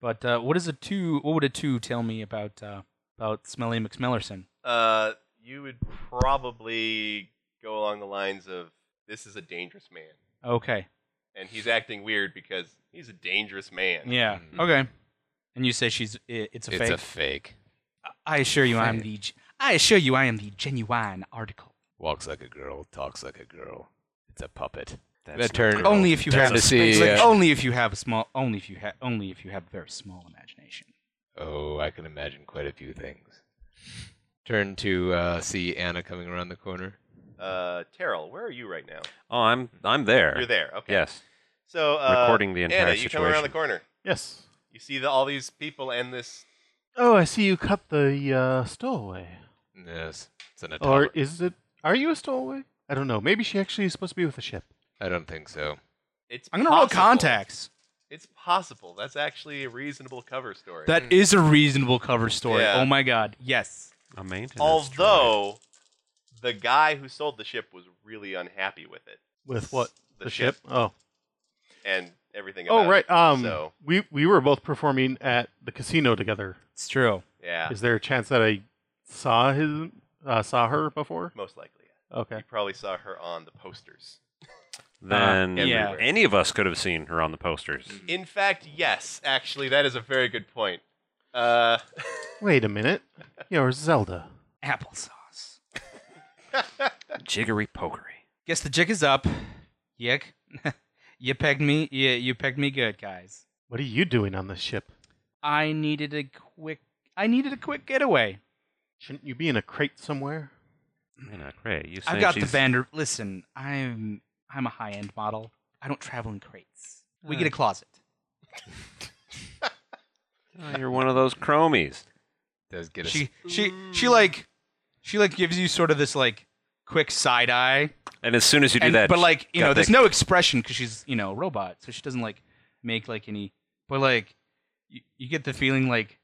But uh, what is a two? What would a two tell me about uh, about Smelly McSmellerson?
Uh, you would probably go along the lines of this is a dangerous man,
Okay.
and he's acting weird because he's a dangerous man.
Yeah.
Mm.
Okay. And you say she's i it's a
it's
fake.
a fake.
I assure you, I am
fake.
the. ge- I assure you, I am the genuine article.
Walks like a girl, talks like a girl. It's a puppet.
That's
That
not
turn-
good.
Oh,
Only if you
Turn
have
to see,
space- like,
uh,
only if you have a small. Only if you have. Only if you have very small imagination.
Oh, I can imagine quite a few things. Turn to uh, see Anna coming around the corner.
Uh, Terrell, where are you right now?
Oh, I'm I'm there.
You're there. Okay.
Yes.
So uh,
Recording the entire
Anna, you come around the
situation.
corner.
Yes.
You see the, all these people and this.
Oh, I see you cut the uh, stowaway.
Yes, it's an
Or
atomic.
is it? Are you a stowaway? I don't know. Maybe she actually is supposed to be with a ship.
I don't think so.
It's
I'm gonna roll
possible.
contacts.
It's possible. That's actually a reasonable cover story.
That is a reasonable cover story.
Mm. Yeah.
Oh my god. Yes.
A maintenance.
Although the guy who sold the ship was really unhappy with it.
With what?
The,
Oh.
and everything. About
Oh right.
It.
Um.
so
We we were both performing at the casino together.
It's true.
yeah,
Is there a chance that I saw his uh, saw her before?
most likely.
Okay.
You probably saw her on the posters.
droid. then
Uh, yeah.
any of us could have seen her on the posters.
In fact, yes. Actually, that is a very good point. Uh,
Wait a minute. You're Zelda.
Applesauce.
Jiggery pokery.
Guess the jig is up. Yick. you pegged me. You, you pegged me good, guys.
What are you doing on this ship?
I needed a quick. I needed a quick getaway.
Shouldn't you be in a crate somewhere?
Man, not great. You
I've
saying
got the
she's-
Vander. Listen, I'm I'm a high end model. I don't travel in crates. We
Uh.
get a closet.
Oh, you're one of those chromies.
Does get a
She she she like she like gives you sort of this like quick side eye,
And as soon as you do
and,
that,
but like you
got
know, there's
that-
no expression because she's you know a robot, so she doesn't like make like any. But like you, you get the feeling like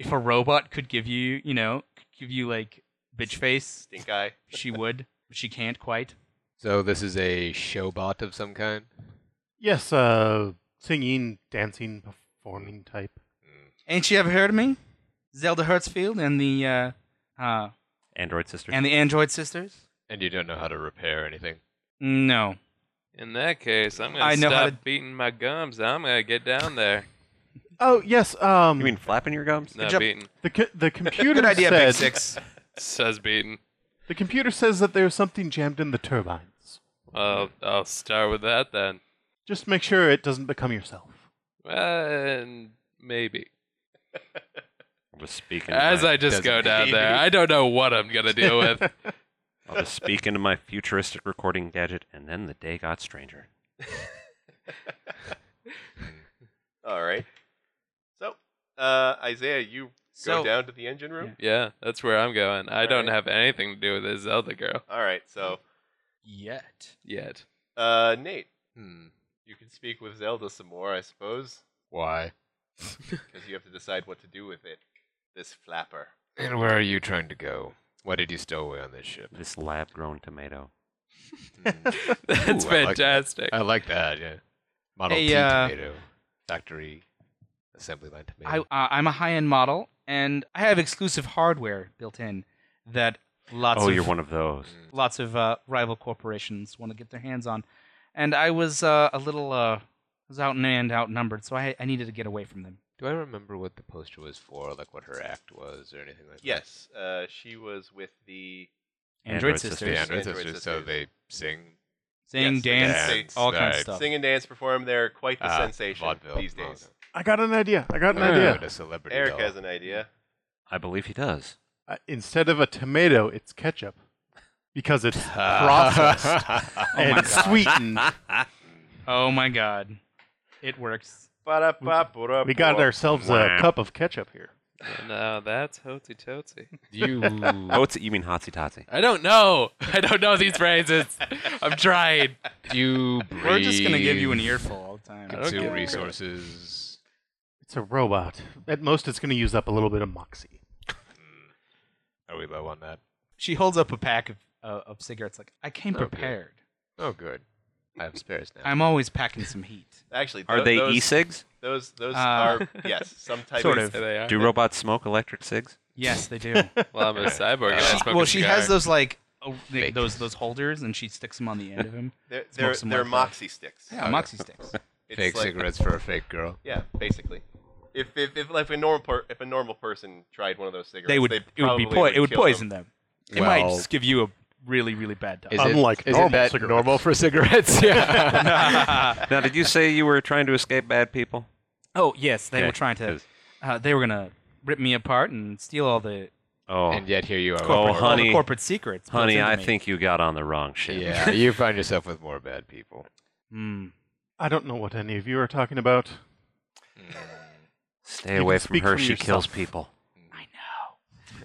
if a robot could give you you know could give you like bitch face,
stink eye.
she would. but She can't quite.
So this is a showbot of some kind.
Yes. Uh, singing, dancing, performing type.
Ain't you ever heard of me? Zelda Hertzfield and the uh, uh,
android sister.
and the Android sisters?
And you don't know how to repair anything.
No.
In that case, I'm gonna
I know
stop
how to-
beating my gums. I'm gonna get down there.
Oh yes. Um.
you mean flapping your gums?
Not
job.
beating.
the co- the computer
Good idea,
said
Big Six.
Says beating.
the computer says that there's something jammed in the turbines.
Well, I'll start with that then.
Just make sure it doesn't become yourself.
And maybe.
I'll just speak into
As
my,
I just
doesn't
go down
maybe.
there, I don't know what I'm gonna deal with.
will just speak into my futuristic recording gadget, and then the day got stranger.
All right. So, uh, Isaiah, you go
So-
down to the engine room.
Yeah, that's where I'm going. I don't
Alright.
have anything to do with this Zelda girl
All right. So,
Yet.
yet.
uh, Nate,
Hmm.
you can speak with Zelda some more, I suppose,
Why?
because you have to decide what to do with it. This flapper.
And where are you trying to go? Why did you stow away on this ship?
This lab-grown tomato.
Hmm.
That's
Ooh, I like that.
fantastic.
I like that. Yeah. Model
Hey,
T
uh,
tomato factory assembly line
I, uh,
tomato.
I'm a high end model, and I have exclusive hardware built in that lots
oh,
of
you're one of those.
lots of uh, rival corporations want to get their hands on. And I was uh, a little uh, I was out and outnumbered, so I, I needed to get away from them.
Do I remember what the poster was for? Like what her act was or anything like that?
Yes. Uh, she was with the
Android,
Android
sisters,
The Android
Android
sisters, so
sisters.
they sing.
sing,
Yes, they
dance,
dance,
all kinds
right.
of stuff.
sing and dance perform. They're quite the
Ah,
sensation
vaudeville.
these days.
I got an idea. I got an
Oh,
idea.
the celebrity
Eric
doll.
has an idea.
I believe he does.
Uh, instead of a tomato, it's ketchup because it's processed and sweetened.
Oh my god, it works.
We got ourselves a
Wow.
cup of ketchup here.
No, uh, that's hotzy totzy.
you.
Oh, it's, you mean hotsy totsy?
I don't know. I don't know these phrases. I'm trying.
Do you
We're just gonna give you an e-
breathe?
earful all the time.
I don't give
Consume
a
resources.
It's a robot. At most, it's going to use up a little bit of moxie.
Are we low on that?
she holds up a pack of uh, of cigarettes. Like I came
Okay.
prepared.
Oh, good. I have spares now.
I'm always packing some heat.
Actually,
Are
tho-
they
those,
e-cigs?
Those those
Uh,
are yes, some type
Sort
There they are.
Do robots smoke electric cigs?
Yes, they do.
Well, I'm a cyborg. and I
She-
smoke a
Uh, well, she has
cigar.
those like oh, the-
Fake.
those those holders, and she sticks them on the end of him.
They're
Smoke
they're,
some
they're
white
moxie sticks.
Yeah, moxie sticks.
It's
fake
like-
cigarettes for a fake girl.
Yeah, basically. If if if like a normal per, if a normal person tried one of those cigarettes,
They would. It would be.
probably
Po- it would
kill them.
poison them. It might
Well-
just give you a really really bad time.
Is
Unlike
it, is
normal
it that
cigarettes.
normal for cigarettes? Yeah.
Now, did you say you were trying to escape bad people?
oh yes, they
Okay,
were trying to.
'cause-
Uh, they were gonna rip me apart and steal all the
Oh,
and yet here you are.
Oh,
corporate, all the
honey.
corporate secrets. built
honey,
into
I
me.
think you got on the wrong ship.
Yeah, you find yourself with more bad people.
Mm.
I don't know what any of you are talking about.
Stay
You
away
can
from
speak
her.
from
she kills
yourself.
people.
I know.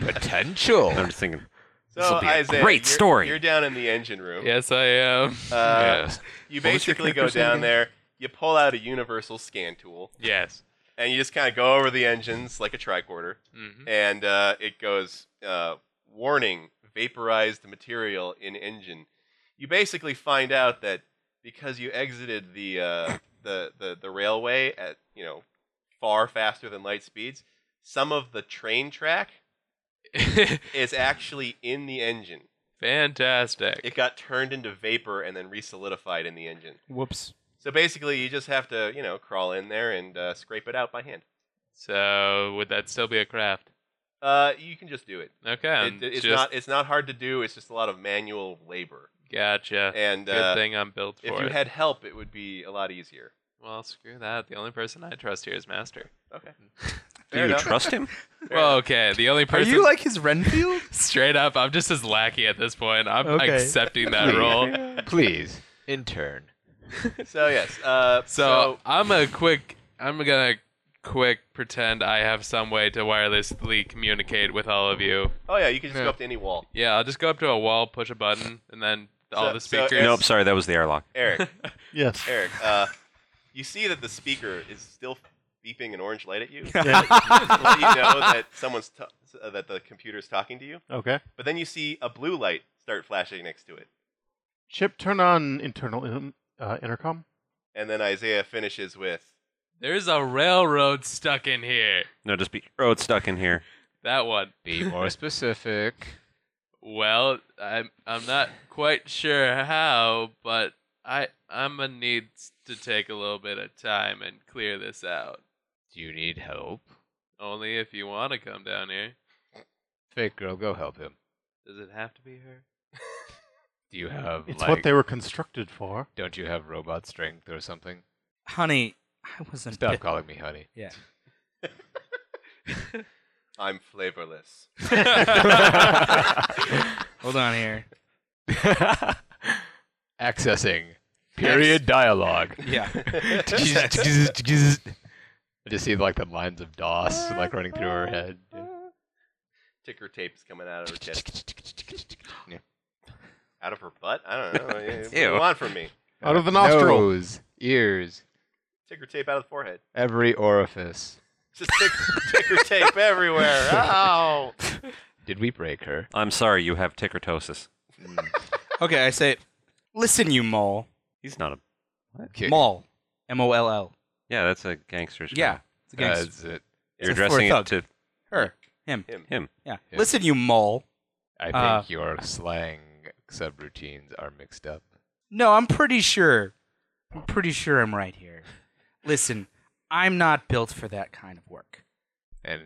Potential.
I'm just thinking.
So
This'll be a
Isaiah,
great
you're-
story.
You're down in the engine room.
Yes, I am.
Uh, You
What was your
basically go
character's name
down
again?
there. You pull out a universal scan tool,
Yes.
and you just kind of go over the engines like a tricorder,
hmm
and uh, it goes uh, warning: vaporized material in engine. You basically find out that because you exited the uh, the, the the railway at you know far faster than light speeds, some of the train track
Mm-hmm.
is actually in the engine.
Fantastic.
It got turned into vapor and then resolidified in the engine.
Whoops.
So basically, you just have to, you know, crawl in there and uh, scrape it out by hand.
So would that still be a craft?
Uh, you can just do it.
Okay.
It-
I'm
it's
just,
not it's not hard to do. It's just a lot of manual labor.
Gotcha.
And
Good
uh,
thing I'm built for
if you
it.
had help, it would be a lot easier.
well, screw that. The only person I trust here is Master.
Okay.
Do
Fair
you
enough.
trust him?
Well, okay. The only
Are
person.
you like his Renfield?
straight up? I'm just as lackey at this point. I'm
Okay.
accepting that role.
Please, intern.
so yes. Uh,
So I'm a quick. I'm gonna quick pretend I have some way to wirelessly communicate with all of you.
oh yeah, you can just go
Yeah.
up to any wall.
Yeah, I'll just go up to a wall, push a button, and then all
So-
the
so
speakers.
Yes.
Nope, sorry, that was the airlock.
Eric,
Yes.
Eric. Uh, you see that the speaker is still beeping an orange light at you.
Yeah.
to let you know that someone's t- uh, that the computer's talking to you.
Okay.
But then you see a blue light start flashing next to it.
Chip, turn on internal in- uh, intercom.
And then Isaiah finishes with,
There's a railroad stuck in here.
No, just be. Oh, it's stuck in here.
That one.
Be more specific.
Well, I'm I'm not quite sure how, but I I'm gonna need s- to take a little bit of time and clear this out.
Do you need help?
Only if you want to come down here.
Fake girl, go help him.
Does it have to be her?
Do you have
It's
like?
what they were constructed for.
Don't you have robot strength or something?
Honey, I wasn't.
Stop
bit-
calling me honey.
Yeah.
"I'm flavorless."
Hold on here.
Accessing period dialogue.
Yeah.
Just see like the lines of DOS like running through her head.
Ticker tape's coming out of her chest, out of her butt. I don't know. What do you
Ew.
want from me?
Out of the nostril.
Nose, ears,
Ticker tape out of the forehead.
every orifice.
Just tick, ticker tape everywhere. Oh. Ow!
Did we break her?
I'm sorry, you have tickertosis.
Okay, I say, listen, you mole.
He's not a.
Okay,
Mole. M O L L.
Yeah, that's a gangster's.
Yeah.
name.
It's
Uh,
a gangster.
That's it.
you're
It's a- for a
addressing it
thug.
to.
Her. Him.
Him.
Him.
Yeah.
Yeah.
Listen, you mole.
I think
Uh,
your slang subroutines are mixed up.
No, I'm pretty sure. I'm pretty sure I'm right here. Listen, I'm not built for that kind of work.
And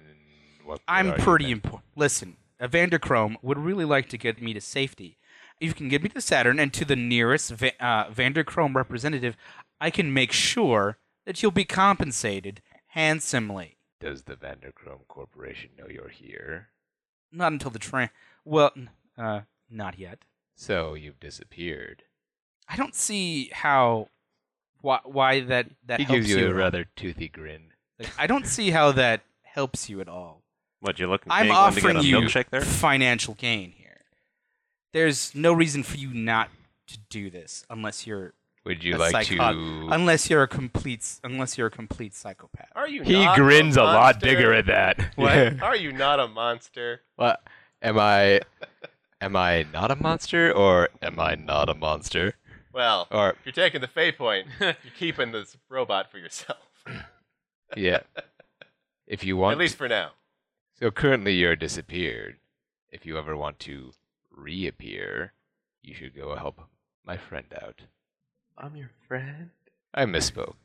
what?
I'm
what are you
pretty
then?
important. Listen, Evander Chrome would really like to get me to safety. If you can get me to Saturn and to the nearest Va- uh, Vander Chrome representative, I can make sure that you'll be compensated handsomely.
Does the Vanderchrome Corporation know you're here?
Not until the train. Well, n- uh, not yet.
So you've disappeared.
I don't see how. Why, why that that
he
helps
gives you a
at all.
rather toothy grin.
Like, I don't see how that helps you at all.
What you're looking?
I'm
paying one to get
offering
a
you
milkshake there.
financial gain here. There's no reason for you not to do this unless you're
Would
a
you like
psycho-
to?
unless you're a complete unless you're a complete psychopath.
Are you?
He
not
grins a lot
monster?
bigger at that.
What?
Yeah.
Are you not a monster?
What? Am I? Am I not a monster, or am I not a monster?
Well,
Or
if you're taking the fate point, you're keeping this robot for yourself.
yeah. If you want,
At least for now.
so currently you're disappeared. If you ever want to reappear, you should go help my friend out.
I'm your friend.
I misspoke.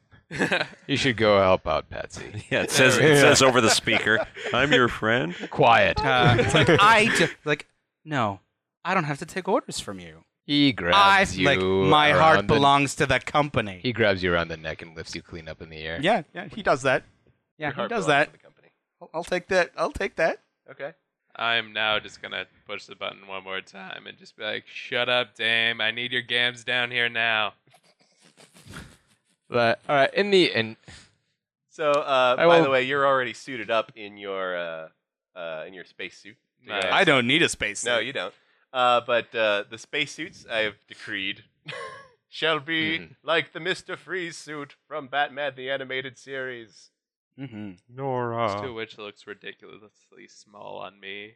You should go help out Patsy.
Yeah, it says it says over the speaker. I'm your friend.
Quiet.
Uh, it's like I d- like no, I don't have to take orders from you.
He
I
grabs you.
like my
around
heart
the-
belongs to the company.
He grabs you around the neck and lifts you clean up in the air.
yeah, yeah, he does that. Yeah,
Your
he
heart
does
belongs
that.
to The company.
I'll, I'll take that. I'll take that.
Okay.
I'm now just gonna push the button one more time and just be like, "Shut up, dame! I need your gams down here now."
But all right, in the in
So, uh,
I
by the
will-
way, you're already suited up in your uh, uh, in your spacesuit. to go
Nice.
outside.
I don't need a space.
No,
suit.
you don't. Uh, but uh, the spacesuits I have decreed shall be
Mhm.
like the Mister Freeze suit from Batman the Animated Series.
Mhm.
Uh-huh.
To
Nora.
which looks ridiculously small on me.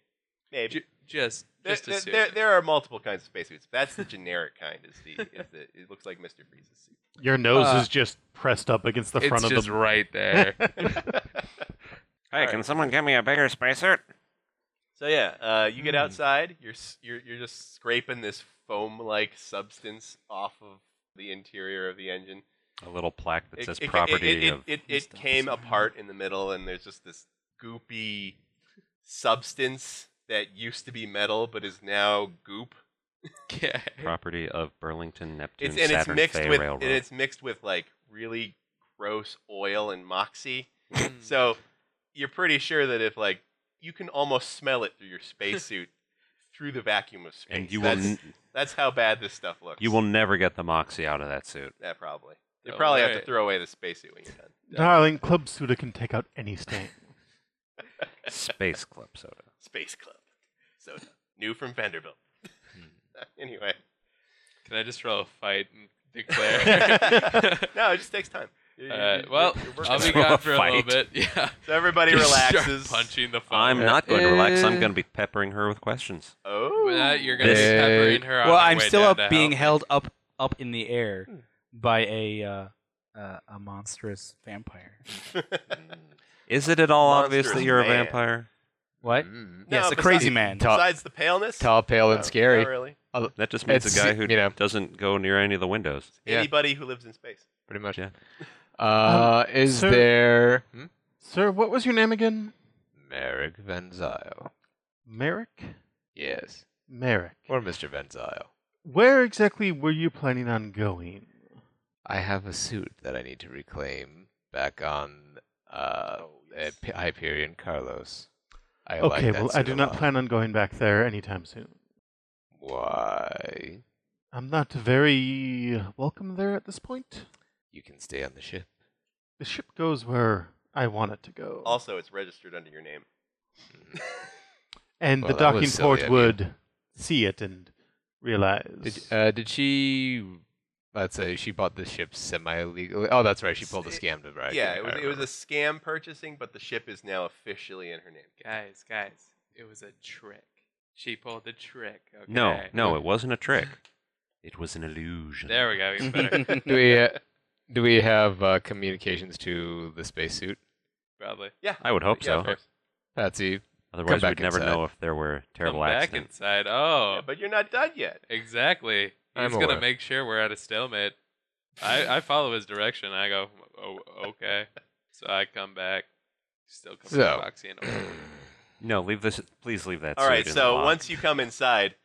Maybe.
Ju- just,
There,
just
there,
a suit.
there, there are multiple kinds of spacesuits. That's the generic kind. Is the, is the it looks like Mister Freeze's suit.
Your nose
Uh,
is just pressed up against the front
it's
of
just
the.
right there.
Hey, can someone get me a bigger spacesuit?
So yeah, uh, you get
Hmm.
outside. You're s- you're you're just scraping this foam-like substance off of the interior of the engine.
A little plaque that
It-
says
it- it-
property
it, it,
of.
it, it came apart in the middle, and there's just this goopy substance that used to be metal but is now goop.
okay.
Property of Burlington Neptune
It's and
Saturn
it's mixed
Fay
with
Railroad.
and it's mixed with like really gross oil and moxie.
Mm.
So you're pretty sure that if like you can almost smell it through your spacesuit through the vacuum of space.
and you will
that's,
n-
that's how bad this stuff looks.
you will never get the moxie out of that suit.
Yeah, probably. You
Oh,
probably have
right.
to throw away the spacesuit when you're done.
Darling, Club Suda can take out any stain.
Space Club soda.
Space Club. So new from Vanderbilt.
Hmm.
anyway.
Can I just roll a fight and declare?
No, it just takes time. You- you-
Uh,
you-
well,
you're working
I'll
on
be
it.
Throw a
gone for a little
fight.
bit. Yeah.
so everybody
Just start
relaxes.
punching the phone.
I'm not going to relax. I'm
Uh,
going to be peppering her with questions.
Oh,
With that, you're gonna be
This-
peppering her. on
Well,
her
I'm
way
still
down
up
to
being
help.
held up up in the air
Hmm.
by a uh, uh, a monstrous vampire.
Uh, Is it at all obvious
Monstrous
that you're a
man.
vampire?
What?
Mm.
No,
yes, a
besides-
crazy man.
Talk-
besides the paleness,
tall, pale,
no,
and scary.
Not really.
That just means
It's,
a guy who
you know.
doesn't go near any of the windows.
Yeah.
Anybody who lives in space.
Pretty much.
Yeah.
Uh, is
sir-
there hmm?
Sir, what was your name again?
Merrick Venzile?
Merrick?
Yes,
Merrick.
or Mr. Venzile.
Where exactly were you planning on going?
I have a suit that I need to reclaim back on uh,
Oh,
uh,
yes.
P- Hyperion Carlos. I like
okay,
that
well, I
suit
do
a
not
lot.
plan on going back there anytime soon.
Why?
I'm not very welcome there at this point.
You can stay on the ship.
The ship goes where I want it to go.
Oh,
Also, it's registered under your name.
and
well,
the
that
docking
was silly
port
of you.
would see it and realize.
Did uh, did she? Let's say she bought the ship semi legally. Oh, that's right. She pulled a
It-
scam to right.
yeah, it was it was a scam purchasing, but the ship is now officially in her name.
Guys, guys, it was a trick. She pulled the trick. Okay.
No, no, it wasn't a trick. It was an illusion.
There we go. Even better.
do we uh, do we have uh, communications to the spacesuit,
Probably.
I would hope
Yeah, of
so.
course.
Patsy?
Otherwise,
Come
we'd
back
never
inside.
know if there were terrible
Come back
accidents.
inside. Oh,
Yeah, but you're not done yet.
exactly. He's
I'm
gonna
aware.
make sure we're at a stalemate. I, I follow his direction. I go, oh, okay. So I come back. Still come
So.
back, Foxy and Oil.
No, leave this. Please leave that.
All
suit
right,
in
so
the lock.
once you come inside,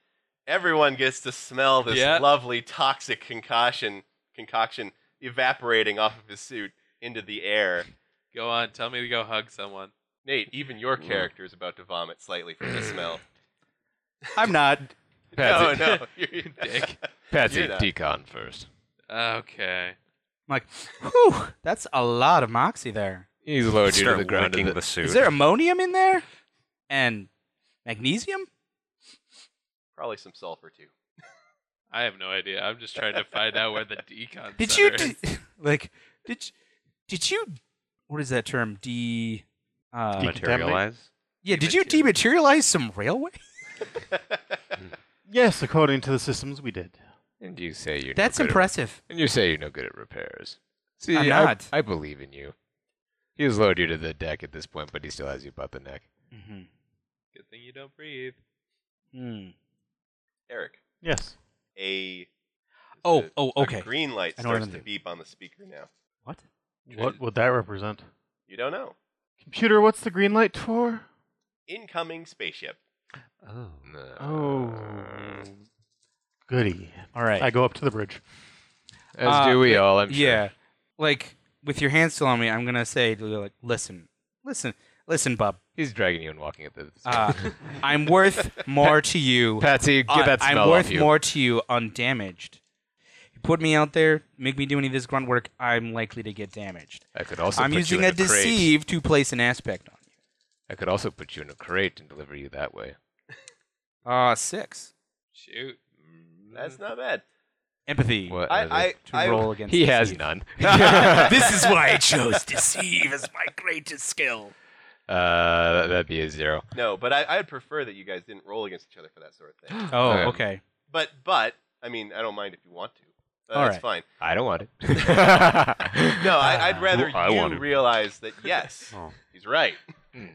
everyone gets to smell this
Yeah.
lovely toxic concoction concoction evaporating off of his suit into the air.
Go on. Tell me to go hug someone.
Nate, even your character is about to vomit slightly from the smell.
I'm not.
No,
Patsy,
no, you're,
Dick.
Patsy,
You're not.
decon first.
Okay.
I'm like, whew, that's a lot of moxie there.
He's lowered you to
start
the ground.
wicking
in
the,
the-
suit.
Is there ammonium in there? And magnesium?
probably some sulfur too.
I have no idea. I'm just trying to find out where the decon.
Did you
center
d- like? Did you, did you what is that term? D. Uh,
Decontaminate?
Materialize.
yeah, did you dematerialize some railway?
Yes, according to the systems we did.
And you say you're. no
That's
good at-
impressive.
and you say you're no good at repairs. See,
I'm
I-
not.
I, believe in you. He has lowered you to the deck at this point, but he still has you about the neck.
Mm-hmm. Hmm.
Good thing you don't breathe.
Eric,
Yes.
a
Oh,
the-
oh,
the
okay.
green light
I know what
starts to
I'm doing.
beep on the speaker now.
What?
What would that represent?
You don't know.
Computer, what's the green light for?
Incoming spaceship.
Oh.
Oh. Goody.
All right.
I go up to the bridge.
As
Uh,
do we all, I'm sure.
Yeah. Like with your hands still on me, I'm gonna say to you, like, listen, listen, listen, bub.
He's dragging you and walking at the.
Uh, I'm worth more to you.
Patsy, get
Uh,
that smell
I'm worth
off you.
more to you undamaged. You put me out there, make me do any of this grunt work, I'm likely to get damaged.
I could also.
I'm
put
using
you in
a,
crate.
deceive to place an aspect on you.
I could also put you in a crate and deliver you that way.
Uh six.
Shoot.
That's not bad.
Empathy.
What? other-
I, I,
Mm. To
I,
roll against.
he has
deceive.
none.
this is why I chose deceive as my greatest skill.
Uh, that'd be a zero.
no, but I, I'd prefer that you guys didn't roll against each other for that sort of thing.
Oh,
Okay.
okay.
But, but, I mean, I don't mind if you want to. Uh,
All
that's
right.
fine.
I don't want it.
No, I, I'd rather
I
you
wanted-
realize that yes,
Oh.
he's right.
Hmm.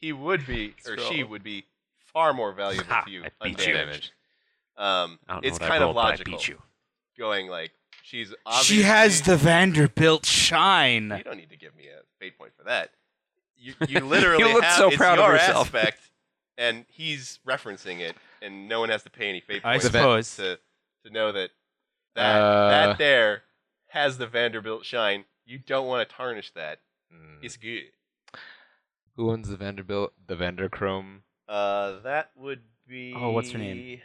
He would be, or
Scroll.
she would be, far more valuable to you
I beat you.
undamaged. Um,
I don't know
it's
what
kind
I
of
rolled, but
logical.
I beat you.
Going like she's obviously
She has the Vanderbilt shine.
You don't need to give me a fate point for that. You, you literally
look
have,
so
it's
proud of
your
yourself.
aspect, and he's referencing it, and no one has to pay any fate
I
points
suppose.
to to know that that
Uh.
that there has the Vanderbilt shine. You don't want to tarnish that.
Hmm.
It's good.
Who owns the Vanderbilt? The Vanderchrome?
Uh, that would be.
Oh, what's her name?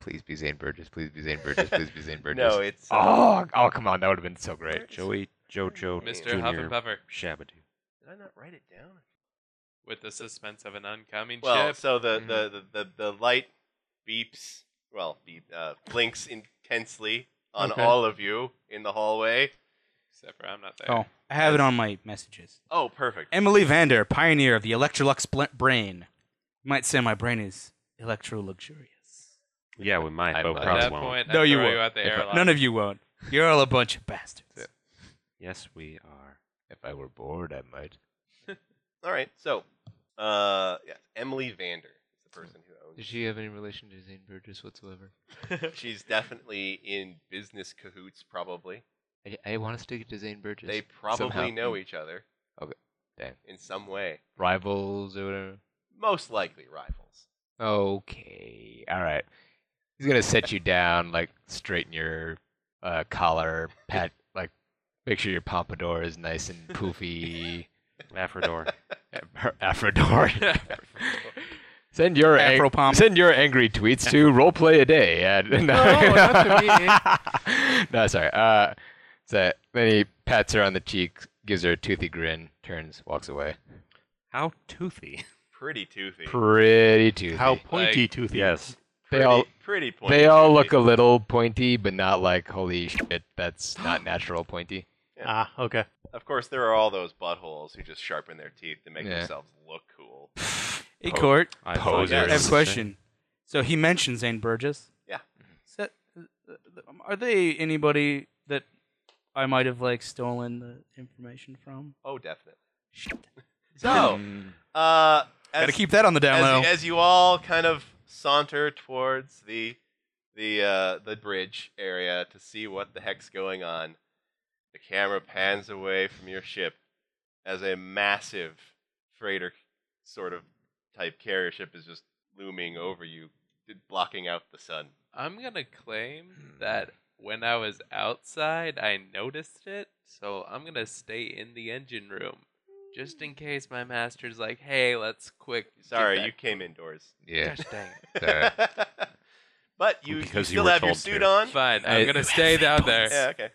Please be Zane Burgess. Please be Zane Burgess. Please be Zane Burgess.
No, it's. Uh,
Oh, oh, come on, that would have been so great.
Joey Jojo
Mr.
Jr.
Huff and Puffer
Shabadoo.
Did I not write it down?
with the suspense of an oncoming
Well,
ship.
so the,
Mm-hmm.
Mhm.
the, the, the, the light beeps, well, beep, uh, blinks intensely on
Okay.
all of you in the hallway.
Except for I'm not there.
Oh, I have it on my messages.
Oh, perfect.
Emily Vander, pioneer of the Electrolux bl- brain. You might say my brain is electro luxurious.
Yeah, we might,
I
but we
might.
Oh,
At
probably
that
won't.
point,
No,
I
you
throw
won't.
you out the
If I-
airlock.
None of you won't. You're all a bunch of bastards.
Yes, we are.
If I were bored, I might.
All right, so, uh, yes, Emily Vander is the person who owns
Does she have any relation to Zane Burgess whatsoever?
it. She's definitely in business cahoots, probably.
I, I want to stick it to Zane Burgess.
They probably
somehow.
know
Hmm.
each other
Dang.
in some way.
Rivals or whatever.
Most likely rivals.
Okay. All right. He's gonna set you down, like straighten your uh, collar, pat, like make sure your pompadour is nice and poofy.
Aphrodor.
Her Aphrodor. Send your ang-
Afropomp.
send your angry tweets to roleplay a day at no,
not
no, sorry. Uh, so then he pats her on the cheek, gives her a toothy grin, turns, walks away.
How toothy.
Pretty toothy.
Pretty toothy.
How pointy toothy.
Yes.
they all
pretty pointy.
they all look a
toothy.
little pointy, but not like holy shit. That's not natural pointy.
Ah, okay.
Of course, there are all those buttholes who just sharpen their teeth to make
Yeah.
themselves look cool.
Hey, Court,
I thought
Posers.
you
I
were
Yes.
have a
gonna
question. So he mentioned Zane Burgess.
Yeah.
Is that- um, are they anybody that I might have like stolen the information from?
Oh, definitely.
Shit.
So, uh, as,
Gotta keep that on the down
as,
low.
as you all kind of saunter towards the the uh, the bridge area to see what the heck's going on, the camera pans away from your ship as a massive freighter sort of type carrier ship is just looming over you, blocking out the sun.
I'm gonna claim that when I was outside, I noticed it, so I'm gonna stay in the engine room just in case my master's like, "Hey, let's quick." get
Sorry,
that-
you came indoors.
Yeah.
Gosh dang it.
Sorry.
but you, you
Because you
still
were
have your
told
suit
to.
on.
Fine,
I-
I'm gonna stay down there.
Yeah, okay.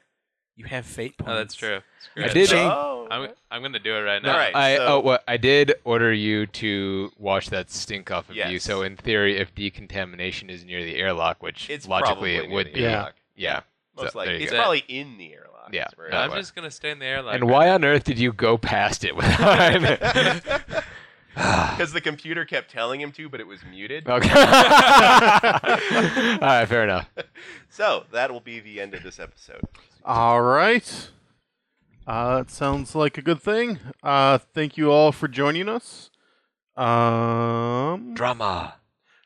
You have fate points.
Oh, that's true. Screw
I
it.
did-
Oh,
I'm I'm gonna do it right
No,
now.
All right,
I
so-
oh what I did order you to wash that stink off of you.
Yes.
So in theory, if decontamination is near the airlock, which
it's probably
logically it
near
would
the
be,
Yeah.
airlock.
yeah,
Most
So, there
likely.
you
It's
go.
probably in the airlock. pockets.
Yeah,
Where-
no,
I'm
way.
just gonna stay in the airlock.
and why on earth did you go past it without?
Because the computer kept telling him to, but it was muted.
okay. All right, fair enough.
So that will be the end of this episode.
All right. Uh, it sounds like a good thing. Uh, thank you all for joining us. Um,
Drama,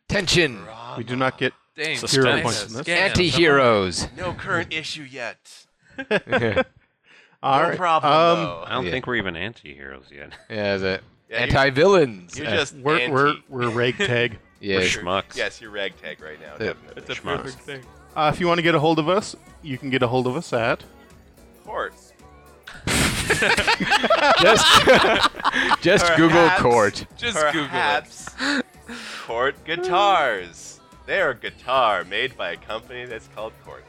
tension,
we do not get
Dang,
Suspense.
Jesus,
points in this.
damn,
anti-heroes.
No current issue yet.
yeah,
all
no
right,
problem
um,
though.
I don't
Yeah.
think we're even anti-heroes yet.
is it
Yeah, you-
anti-villains?
You're
Uh,
just
We're
anti.
we're we're ragtag.
We're
yes.
schmucks.
Yes, you're ragtag right now.
Yeah.
Definitely.
That's a
Schmucks.
perfect thing.
Uh, if you want to get a hold of us, you can get a hold of us at
Of course.
just, just Google
Perhaps-
court.
Just
Perhaps Court Guitars. They're a guitar made by a company that's called Court.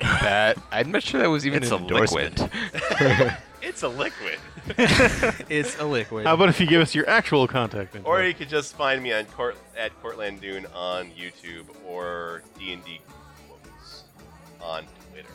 That I'm not sure that was even
It's
an
a liquid.
endorsement.
It's a liquid.
It's a liquid.
How about if you give us your actual contact info?
Or you could just find me on Court at Courtland Dune on YouTube or D and D quotes on Twitter.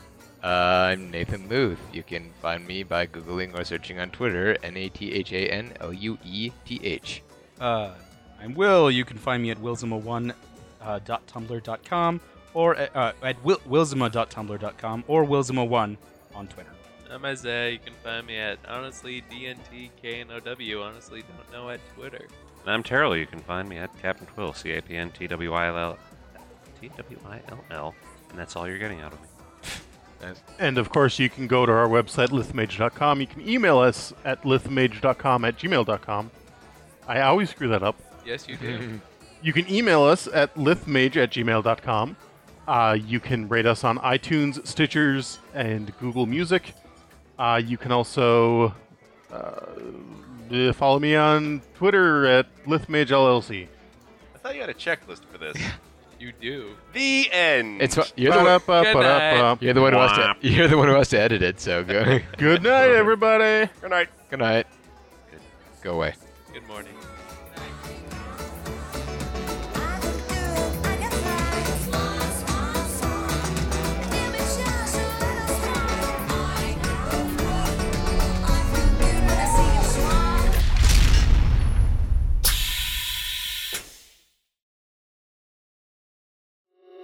Uh, I'm Nathan Luth. You can find me by Googling or searching on Twitter, N A T H A N L U E T H.
Uh, I'm Will. You can find me at willzima1.tumblr.com uh, dot tumblr.com or at, uh, at will, willzima.tumblr.com or willzima1 on Twitter.
I'm Isaiah. You can find me at honestly dntknow. Honestly, don't know at Twitter.
And I'm Terrell. You can find me at Captain Twill, C A P N T W I L L T W I L L, and that's all you're getting out of me.
And of course, you can go to our website, lithmage.com. You can email us at lithmage.com at gmail.com. I always screw that up.
Yes, you do.
You can email us at lithmage at gmail.com. Uh, you can rate us on iTunes, Stitchers, and Google Music. Uh, you can also uh, uh, follow me on Twitter at lithmage LLC.
I thought you had a checklist for this.
you do.
the end.
It's fu- you're the one,
Ba-da-ba-ba-da-ba.
you're the one who has to you're the one who has to edit it. So go
Good night, everybody.
Good night.
good night. Go away.
Good morning.
I you.